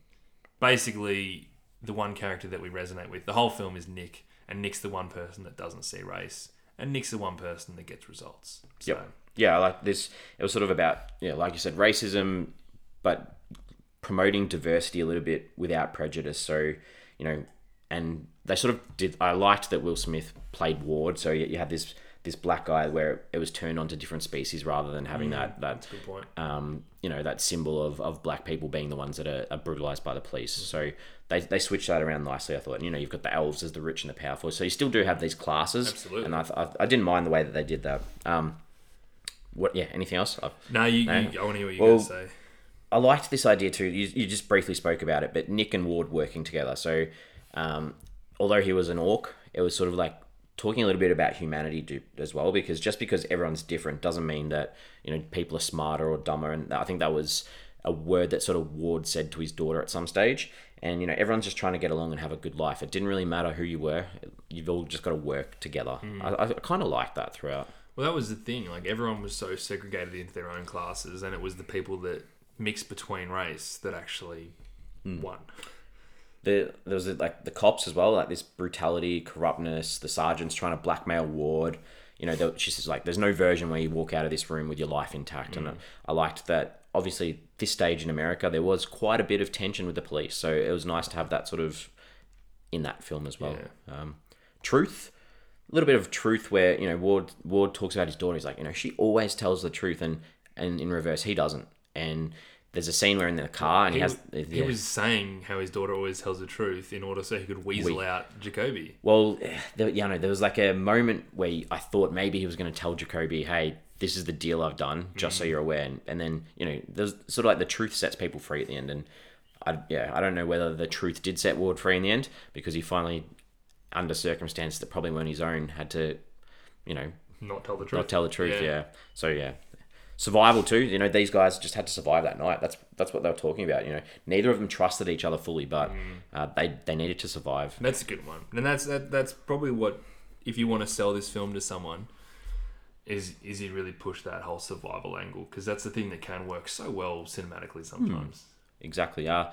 Speaker 2: basically, the one character that we resonate with the whole film is Nick, and Nick's the one person that doesn't see race, and Nick's the one person that gets results. So,
Speaker 1: Yep. Yeah, I like this. It was sort of about, yeah, like you said, racism, but promoting diversity a little bit without prejudice. So, you know, and they sort of did. I liked that Will Smith played Ward. So you, you had this this black guy where it was turned onto different species rather than having that that
Speaker 2: good point.
Speaker 1: um, you know, that symbol of, of black people being the ones that are, are brutalized by the police. So they, they switched that around nicely, I thought. And, you know, you've got the elves as the rich and the powerful. So you still do have these classes.
Speaker 2: Absolutely.
Speaker 1: And I, th- I, I didn't mind the way that they did that. Um, what? Yeah, anything else? I,
Speaker 2: No, you, you I want to hear what you're
Speaker 1: Well,
Speaker 2: gonna say.
Speaker 1: I liked this idea too. You, you just briefly spoke about it, but Nick and Ward working together. So, um, although he was an orc, it was sort of like talking a little bit about humanity do, as well, because just because everyone's different doesn't mean that you know people are smarter or dumber. And I think that was a word that sort of Ward said to his daughter at some stage. And you know everyone's just trying to get along and have a good life. It didn't really matter who you were. You've all just got to work together. I, I kind of liked that throughout.
Speaker 2: Well, that was the thing. Like everyone was so segregated into their own classes, and it was the people that mixed between race that actually
Speaker 1: Hmm.
Speaker 2: won.
Speaker 1: the there was like the cops as well, like this brutality, corruptness. The sergeants trying to blackmail Ward. You know, there- she's just like, "There's no version where you walk out of this room with your life intact."
Speaker 2: Mm.
Speaker 1: And I, I liked that. Obviously, this stage in America, there was quite a bit of tension with the police, so it was nice to have that sort of in that film as well. Um, truth, a little bit of truth, where you know Ward Ward talks about his daughter. He's like, you know, she always tells the truth, and and in reverse, he doesn't. And there's a scene where in the car, and he,
Speaker 2: He,
Speaker 1: has
Speaker 2: w- he
Speaker 1: yeah.
Speaker 2: was saying how his daughter always tells the truth in order so he could weasel out Jacoby.
Speaker 1: Well, there, you know, there was like a moment where I thought maybe he was going to tell Jacoby, "Hey, this is the deal I've done, just so you're aware." And, and then you know, there's sort of like the truth sets people free at the end, and I yeah, I don't know whether the truth did set Ward free in the end because he finally, under circumstances that probably weren't his own, had to, you know,
Speaker 2: Not tell the truth.
Speaker 1: not tell the truth.
Speaker 2: Yeah.
Speaker 1: Yeah. So yeah. Survival too, you know. These guys just had to survive that night. That's that's what they were talking about. You know, neither of them trusted each other fully, but uh, they they needed to survive.
Speaker 2: That's a good one, and that's that, that's probably what if you want to sell this film to someone, is is you really push that whole survival angle because that's the thing that can work so well
Speaker 1: Hmm.
Speaker 2: cinematically sometimes.
Speaker 1: Exactly. Uh,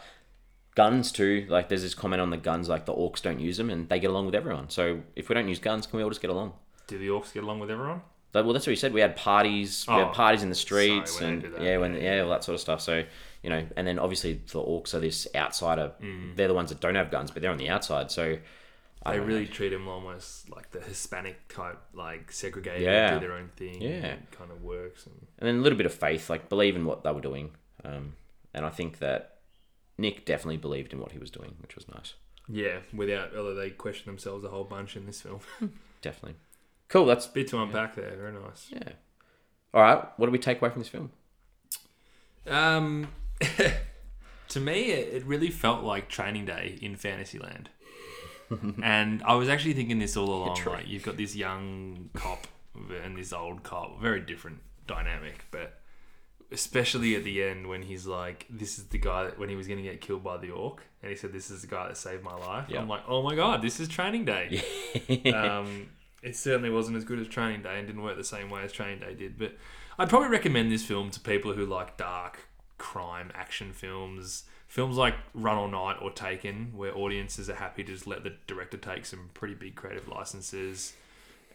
Speaker 1: guns too. Like there's this comment on the guns, like the orcs don't use them and they get along with everyone. So if we don't use guns, can we all just get along?
Speaker 2: Do the orcs get along with everyone?
Speaker 1: But, well, that's what he said. We had parties. We
Speaker 2: Oh,
Speaker 1: had parties in the streets
Speaker 2: sorry, when
Speaker 1: and
Speaker 2: they do that,
Speaker 1: yeah, when yeah, all that sort of stuff. So you know, and then obviously the orcs are this outsider.
Speaker 2: Mm.
Speaker 1: They're the ones that don't have guns, but they're on the outside. So I
Speaker 2: They
Speaker 1: don't
Speaker 2: really treat him almost like the Hispanic type, like segregated,
Speaker 1: Yeah.
Speaker 2: do their own thing.
Speaker 1: Yeah.
Speaker 2: and kind of works. And
Speaker 1: and then a little bit of faith, like believe in what they were doing. Um, and I think that Nick definitely believed in what he was doing, which was nice.
Speaker 2: yeah, without although they question themselves a whole bunch in this film.
Speaker 1: Definitely. Cool. That's
Speaker 2: Bit to unpack there. Very nice.
Speaker 1: yeah. All right. What do we take away from this film?
Speaker 2: Um, to me, it, it really felt like Training Day in Fantasyland, and I was actually thinking this all along.
Speaker 1: True.
Speaker 2: Like you've got this young cop and this old cop, very different dynamic, but especially at the end when he's like, "This is the guy that when he was going to get killed by the orc," and he said, "This is the guy that saved my life."
Speaker 1: Yeah.
Speaker 2: I'm like, "Oh my god, this is Training Day." um, it certainly wasn't as good as Training Day and didn't work the same way as Training Day did. But I'd probably recommend this film to people who like dark crime action films, films like Run All Night or Taken, where audiences are happy to just let the director take some pretty big creative licenses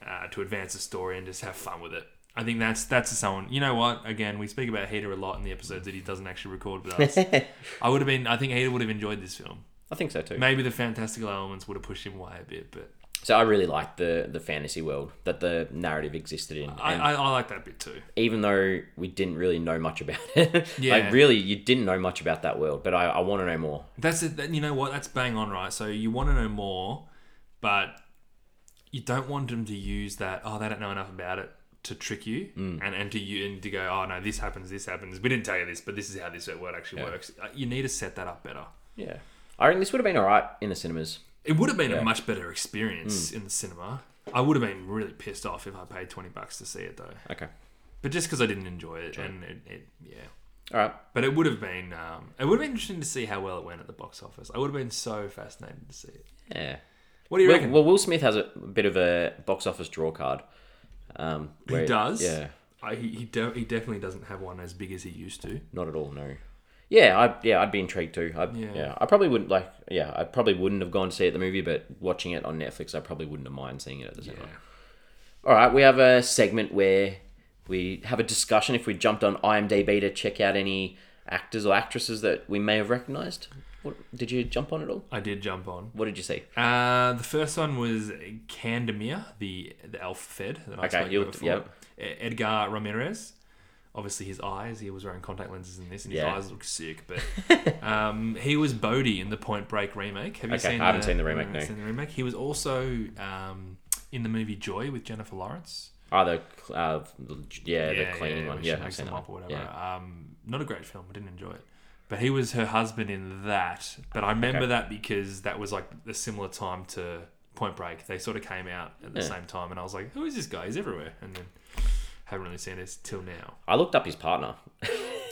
Speaker 2: uh, to advance the story and just have fun with it. I think that's that's someone. You know what? Again, we speak about Heater a lot in the episodes that he doesn't actually record with us. I would have been. I think Heater would have enjoyed this film.
Speaker 1: I think so too.
Speaker 2: Maybe the fantastical elements would have pushed him away a bit, but
Speaker 1: So I really liked the the fantasy world that the narrative existed in.
Speaker 2: I,
Speaker 1: and
Speaker 2: I, I like that bit too.
Speaker 1: even though we didn't really know much about it,
Speaker 2: Yeah.
Speaker 1: like really you didn't know much about that world. But I, I want to know more.
Speaker 2: That's it. that- You know what? That's bang on, right? So you want to know more, but you don't want them to use that. Oh, they don't know enough about it to trick you, and and to you and to go. Oh no, this happens. This happens. We didn't tell you this, but this is how this word actually works. Uh, You need to set that up better.
Speaker 1: Yeah, I reckon this would have been all right in the cinemas.
Speaker 2: It would have been a much better experience in the cinema. I would have been really pissed off if I paid twenty bucks to see it though,
Speaker 1: Okay,
Speaker 2: but just because I didn't enjoy it, and it, it yeah.
Speaker 1: all right.
Speaker 2: But it would have been um, it would have been interesting to see how well it went at the box office. I would have been so fascinated to see it.
Speaker 1: Yeah.
Speaker 2: What do you
Speaker 1: Well,
Speaker 2: reckon?
Speaker 1: well, Will Smith has a bit of a box office draw card. Um, where-
Speaker 2: he does.
Speaker 1: Yeah,
Speaker 2: I, he he, de- he definitely doesn't have one as big as he used to.
Speaker 1: not at all. No. Yeah, I yeah I'd be intrigued too. I, yeah.
Speaker 2: Yeah.
Speaker 1: I probably wouldn't like. Yeah, I probably wouldn't have gone to see it at the movie, but watching it on Netflix, I probably wouldn't have mind seeing it at the cinema. All right, we have a segment where we have a discussion if we jumped on IMDb to check out any actors or actresses that we may have recognized. What, did you jump on at all?
Speaker 2: I did jump on.
Speaker 1: What did you see?
Speaker 2: Uh, the first one was Candemir, the the elf fed that I
Speaker 1: Okay,
Speaker 2: spoke
Speaker 1: you'll-
Speaker 2: about before.
Speaker 1: yep.
Speaker 2: E- Edgar Ramirez. Obviously, his eyes. He was wearing contact lenses in this, and his
Speaker 1: Yeah.
Speaker 2: eyes look sick. But um, he was Bodhi in the Point Break remake. Have you
Speaker 1: Okay,
Speaker 2: seen?
Speaker 1: I haven't seen the remake,
Speaker 2: haven't
Speaker 1: no.
Speaker 2: seen the remake. He was also um, in the movie Joy with Jennifer Lawrence.
Speaker 1: Oh, the uh, yeah, the cleaning one.
Speaker 2: where
Speaker 1: Yeah,
Speaker 2: she
Speaker 1: I've
Speaker 2: makes
Speaker 1: seen
Speaker 2: them
Speaker 1: that
Speaker 2: up
Speaker 1: one.
Speaker 2: or whatever.
Speaker 1: Yeah.
Speaker 2: Um, not a great film. I didn't enjoy it. But he was her husband in that. But I remember
Speaker 1: Okay.
Speaker 2: that because that was like a similar time to Point Break. They sort of came out at the
Speaker 1: Yeah.
Speaker 2: same time, and I was like, "Who is this guy? He's everywhere." And then haven't really seen it till now.
Speaker 1: I looked up his partner.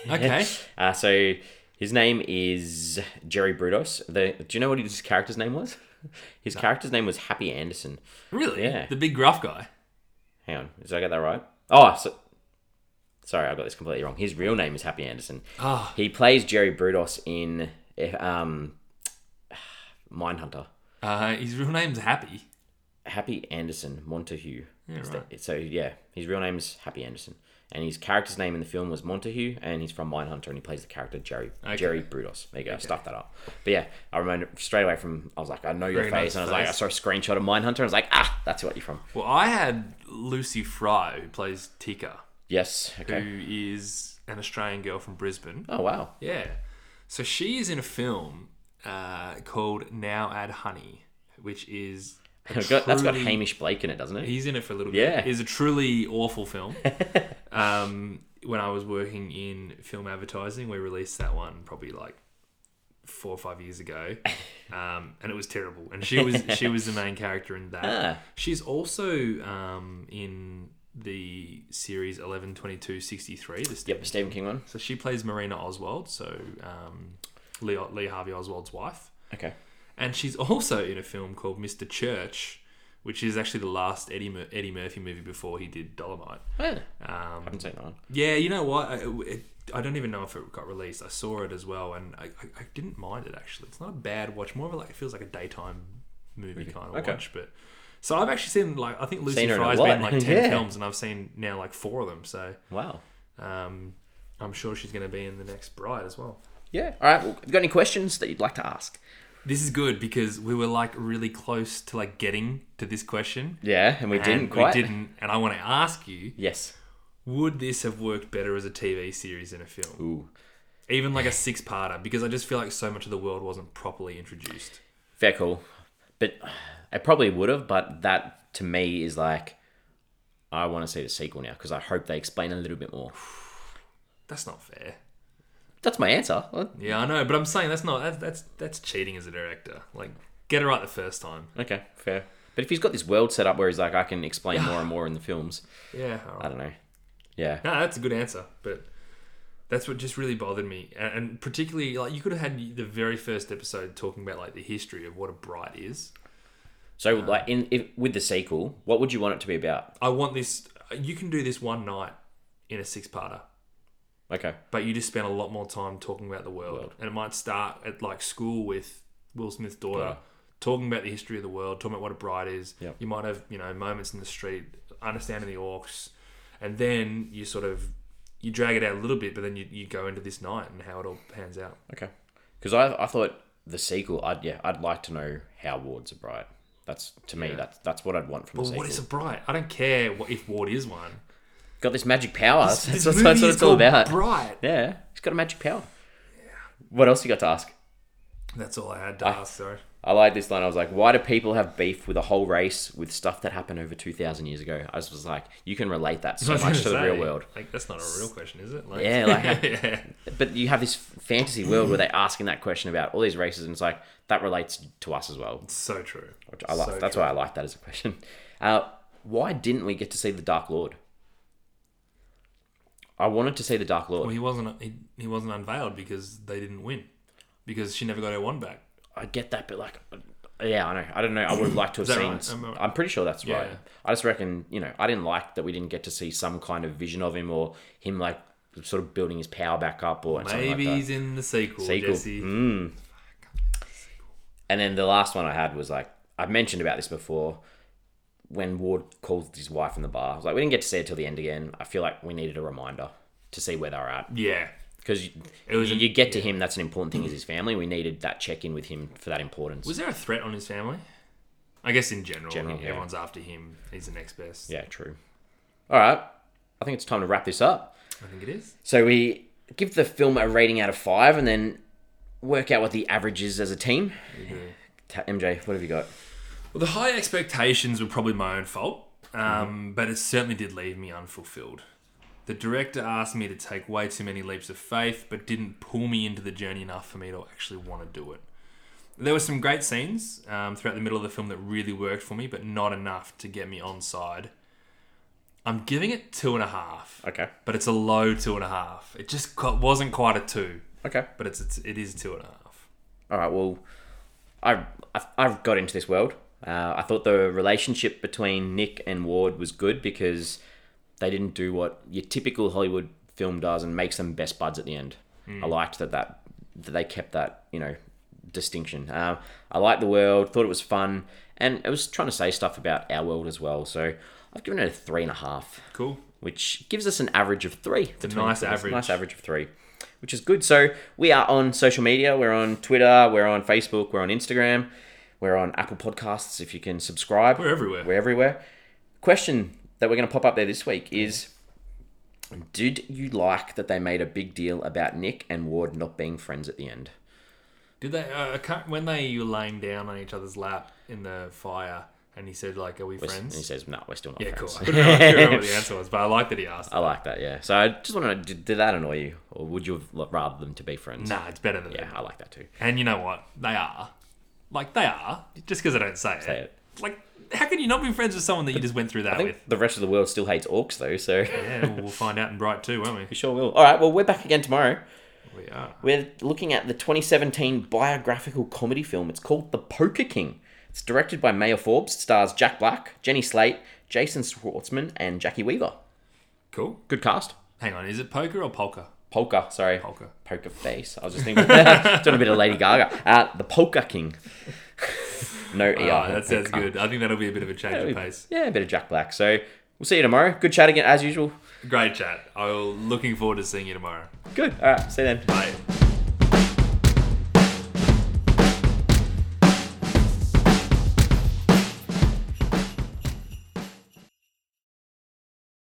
Speaker 2: Okay,
Speaker 1: Uh, so his name is Jerry Brudos. The, do you know what his character's name was? His character's name was Happy Anderson.
Speaker 2: really?
Speaker 1: Yeah.
Speaker 2: The big gruff guy.
Speaker 1: Hang on, did I get that right? Oh, so, sorry, I got this completely wrong. His real name is Happy Anderson.
Speaker 2: Ah,
Speaker 1: He plays Jerry Brudos in eh, um, Mindhunter.
Speaker 2: uh, his real name's Happy.
Speaker 1: Happy Anderson Montague.
Speaker 2: Yeah,
Speaker 1: Is
Speaker 2: right.
Speaker 1: that- so yeah, his real name is Happy Anderson, and his character's name in the film was Montague, and he's from Mindhunter, and he plays the character Jerry
Speaker 2: Okay.
Speaker 1: Jerry Brudos. There you go, stuff that up. But yeah, I remember straight away from I was like, I know your
Speaker 2: Very
Speaker 1: face,
Speaker 2: nice
Speaker 1: and I was like, I
Speaker 2: face.
Speaker 1: saw a screenshot of Mindhunter, and I was like, ah, that's what you're from.
Speaker 2: Well, I had Lucy Fry, who plays Tika,
Speaker 1: Yes. Okay.
Speaker 2: who is an Australian girl from Brisbane.
Speaker 1: Oh wow.
Speaker 2: Yeah. So she is in a film uh, called Now Add Honey, which is. a
Speaker 1: It's got- Oh, that's got
Speaker 2: truly-
Speaker 1: Hamish Blake in it, doesn't it?
Speaker 2: He's in it for a little
Speaker 1: Yeah.
Speaker 2: bit. It's a truly awful film. um, when I was working in film advertising, we released that one probably like four or five years ago, um, and it was terrible. And she was she was the main character in that.
Speaker 1: Ah.
Speaker 2: She's also um, in the series eleven twenty two sixty three. The
Speaker 1: Yep, Stephen King one.
Speaker 2: so she plays Marina Oswald, so um, Lee, Lee Harvey Oswald's wife.
Speaker 1: Okay.
Speaker 2: And she's also in a film called Mr. Church, which is actually the last Eddie, Mur- Eddie Murphy movie before he did Dolomite.
Speaker 1: Yeah.
Speaker 2: Um,
Speaker 1: haven't seen that one.
Speaker 2: yeah, you know what? I, it, I don't even know if it got released. I saw it as well, and I, I, I didn't mind it actually. It's not a bad watch. More of a, like it feels like a daytime movie kind of
Speaker 1: Okay.
Speaker 2: watch. But so I've actually seen like I think Lucy
Speaker 1: Seen her in a
Speaker 2: Fry's
Speaker 1: lot.
Speaker 2: been in, like ten
Speaker 1: Yeah.
Speaker 2: films, and I've seen now like four of them. So
Speaker 1: Wow.
Speaker 2: um, I'm sure she's going to be in the next Bride as well.
Speaker 1: Yeah. All right. Well, have you got any questions that you'd like to ask?
Speaker 2: This is good because we were like really close to like getting to this question.
Speaker 1: Yeah, and we
Speaker 2: and
Speaker 1: didn't quite.
Speaker 2: We didn't, and I want to ask you:
Speaker 1: Yes.
Speaker 2: Would this have worked better as a TV series than a film,
Speaker 1: Ooh.
Speaker 2: even like a six-parter? Because I just feel like so much of the world wasn't properly introduced.
Speaker 1: Fair call. But I probably would have, but that to me is like, I want to see the sequel now because I hope they explain a little bit more.
Speaker 2: That's not fair.
Speaker 1: That's my answer. Well,
Speaker 2: Yeah, I know, but I'm saying that's not that's that's, that's cheating as a director. Like, get it right the first time.
Speaker 1: Okay, fair. But if he's got this world set up where he's like, I can explain more and more in the films,
Speaker 2: Yeah.
Speaker 1: I don't know. Yeah.
Speaker 2: No, that's a good answer, but that's what just really bothered me, and, and particularly like you could have had the very first episode talking about like the history of what a bride is.
Speaker 1: So, like, in if, with the sequel, what would you want it to be about?
Speaker 2: I want this. You can do this one night in a six-parter,
Speaker 1: Okay.
Speaker 2: but you just spend a lot more time talking about the world, and it might start at like school with Will Smith's daughter.
Speaker 1: Yeah.
Speaker 2: Talking about the history of the world, talking about what a bride is.
Speaker 1: Yep.
Speaker 2: You might have, you know, moments in the street, understanding the orcs, and then you sort of you drag it out a little bit, but then you, you go into this night and how it all pans out.
Speaker 1: Okay. Because I, I thought the sequel, I'd yeah, I'd like to know how Ward's a bride. That's to me, that's that's what I'd want from the
Speaker 2: But
Speaker 1: sequel.
Speaker 2: what is a bright? I don't care what, if Ward is one.
Speaker 1: got this magic power. That's,
Speaker 2: This
Speaker 1: what-
Speaker 2: movie
Speaker 1: that's what
Speaker 2: is
Speaker 1: it's all
Speaker 2: called
Speaker 1: about.
Speaker 2: Bright.
Speaker 1: yeah, he's got a magic power. What else you got to ask?
Speaker 2: That's all I had to ask. Sorry.
Speaker 1: I like this line. I was like, why do people have beef with a whole race with stuff that happened over 2,000 years ago? I was, was like, you can relate that so
Speaker 2: I was
Speaker 1: much
Speaker 2: gonna
Speaker 1: to the real
Speaker 2: say,
Speaker 1: world.
Speaker 2: Like that's not a real question, is it? Like,
Speaker 1: Yeah, like-
Speaker 2: yeah.
Speaker 1: But you have this fantasy world where they're asking that question about all these races, and it's like, that relates to us as well.
Speaker 2: So true.
Speaker 1: Which I like.
Speaker 2: So
Speaker 1: That's
Speaker 2: true.
Speaker 1: why I like that as a question. Uh, why didn't we get to see the Dark Lord? I wanted to see the Dark Lord.
Speaker 2: Well, he wasn't. He, he wasn't unveiled because they didn't win. Because she never got her one back.
Speaker 1: I get that, but like, yeah, I know. I don't know. I would have liked to have
Speaker 2: Is that
Speaker 1: seen.
Speaker 2: right? Am I-
Speaker 1: I'm pretty sure that's
Speaker 2: Yeah.
Speaker 1: right. I just reckon, you know, I didn't like that we didn't get to see some kind of vision of him or him like sort of building his power back up or something like
Speaker 2: Maybe
Speaker 1: that.
Speaker 2: he's in the sequel.
Speaker 1: Sequel. Hmm.
Speaker 2: Jesse.
Speaker 1: And then the last one I had was like I've mentioned about this before. When Ward called his wife in the bar, I was like, we didn't get to see it till the end again. I feel like we needed a reminder to see where they were at
Speaker 2: Yeah.
Speaker 1: because
Speaker 2: It was
Speaker 1: you,
Speaker 2: an-
Speaker 1: you get to him. That's an important thing is his family. We needed that check in with him for that importance.
Speaker 2: Was there a threat on his family? I guess in general,
Speaker 1: General, yeah.
Speaker 2: everyone's after him. He's the next best.
Speaker 1: yeah, true. All right, I think it's time to wrap this up.
Speaker 2: I think it is.
Speaker 1: So we give the film a rating out of five, and then work out what the average is as a team. Ta- MJ, what have you got?
Speaker 2: Well, the high expectations were probably my own fault, um, but it certainly did leave me unfulfilled. The director asked me to take way too many leaps of faith, but didn't pull me into the journey enough for me to actually want to do it. There were some great scenes um, throughout the middle of the film that really worked for me, but not enough to get me on side. I'm giving it two and a half,
Speaker 1: Okay,
Speaker 2: but it's a low two and a half. It just co- wasn't quite a two,
Speaker 1: okay.
Speaker 2: but it's, it's it is two and a half.
Speaker 1: all right, well, I, I've, I've got into this world. Uh, I thought the relationship between Nick and Ward was good because they didn't do what your typical Hollywood film does and makes them best buds at the end. I liked that, that that they kept that you know distinction. Um, I liked the world, thought it was fun, and it was trying to say stuff about our world as well. So I've given it a three and a half
Speaker 2: Cool.
Speaker 1: which gives us an average of three. It's
Speaker 2: a nice average.
Speaker 1: Nice average of three, which is good. So we are on social media. We're on Twitter. We're on Facebook. We're on Instagram. We're on Apple Podcasts. If you can subscribe,
Speaker 2: We're everywhere.
Speaker 1: We're everywhere. Question that we're going to pop up there this week is: Did you like that they made a big deal about Nick and Ward not being friends at the end?
Speaker 2: Did they? Uh, I can't- when they were laying down on each other's lap in the fire, and he said, "Like, are we
Speaker 1: And he
Speaker 2: friends?"
Speaker 1: says, "No, we're still not
Speaker 2: Yeah, cool.
Speaker 1: friends."
Speaker 2: I couldn't remember, I couldn't remember what the answer was, but I like that he asked.
Speaker 1: I like that. Yeah. So I just want to know: Did, did that annoy you, or would you have rather them to be friends?
Speaker 2: Nah, it's better than
Speaker 1: Yeah,
Speaker 2: that.
Speaker 1: I like that too.
Speaker 2: And you know what? They are, like, they are. Just because I don't say,
Speaker 1: Say
Speaker 2: it. Like, how can you not be friends with someone that you just went through that
Speaker 1: I
Speaker 2: with?
Speaker 1: think the rest of the world still hates orcs, though, so
Speaker 2: Yeah, well, we'll find out in Bright too, won't
Speaker 1: we sure will. All right, well, we're back again tomorrow.
Speaker 2: we? We are.
Speaker 1: We're looking at the 2017 biographical comedy film. It's called The Poker King. It's directed by Mayor Forbes. It stars Jack Black, Jenny Slate, Jason Schwartzman, and Jackie Weaver.
Speaker 2: Cool.
Speaker 1: Good cast.
Speaker 2: Hang on, is it poker or polka?
Speaker 1: Polka, sorry.
Speaker 2: Polka.
Speaker 1: Poker face. I was just thinking, doing a bit of Lady Gaga. Uh, the Poker King. no ER.
Speaker 2: Yeah, Ah, that sounds
Speaker 1: Polka.
Speaker 2: good. I think that'll be a bit of a change of pace.
Speaker 1: Yeah, a bit of Jack Black. So we'll see you tomorrow. Good chat again, as usual.
Speaker 2: Great chat. I'm looking forward to seeing you tomorrow.
Speaker 1: Good. All right. See you then.
Speaker 2: Bye.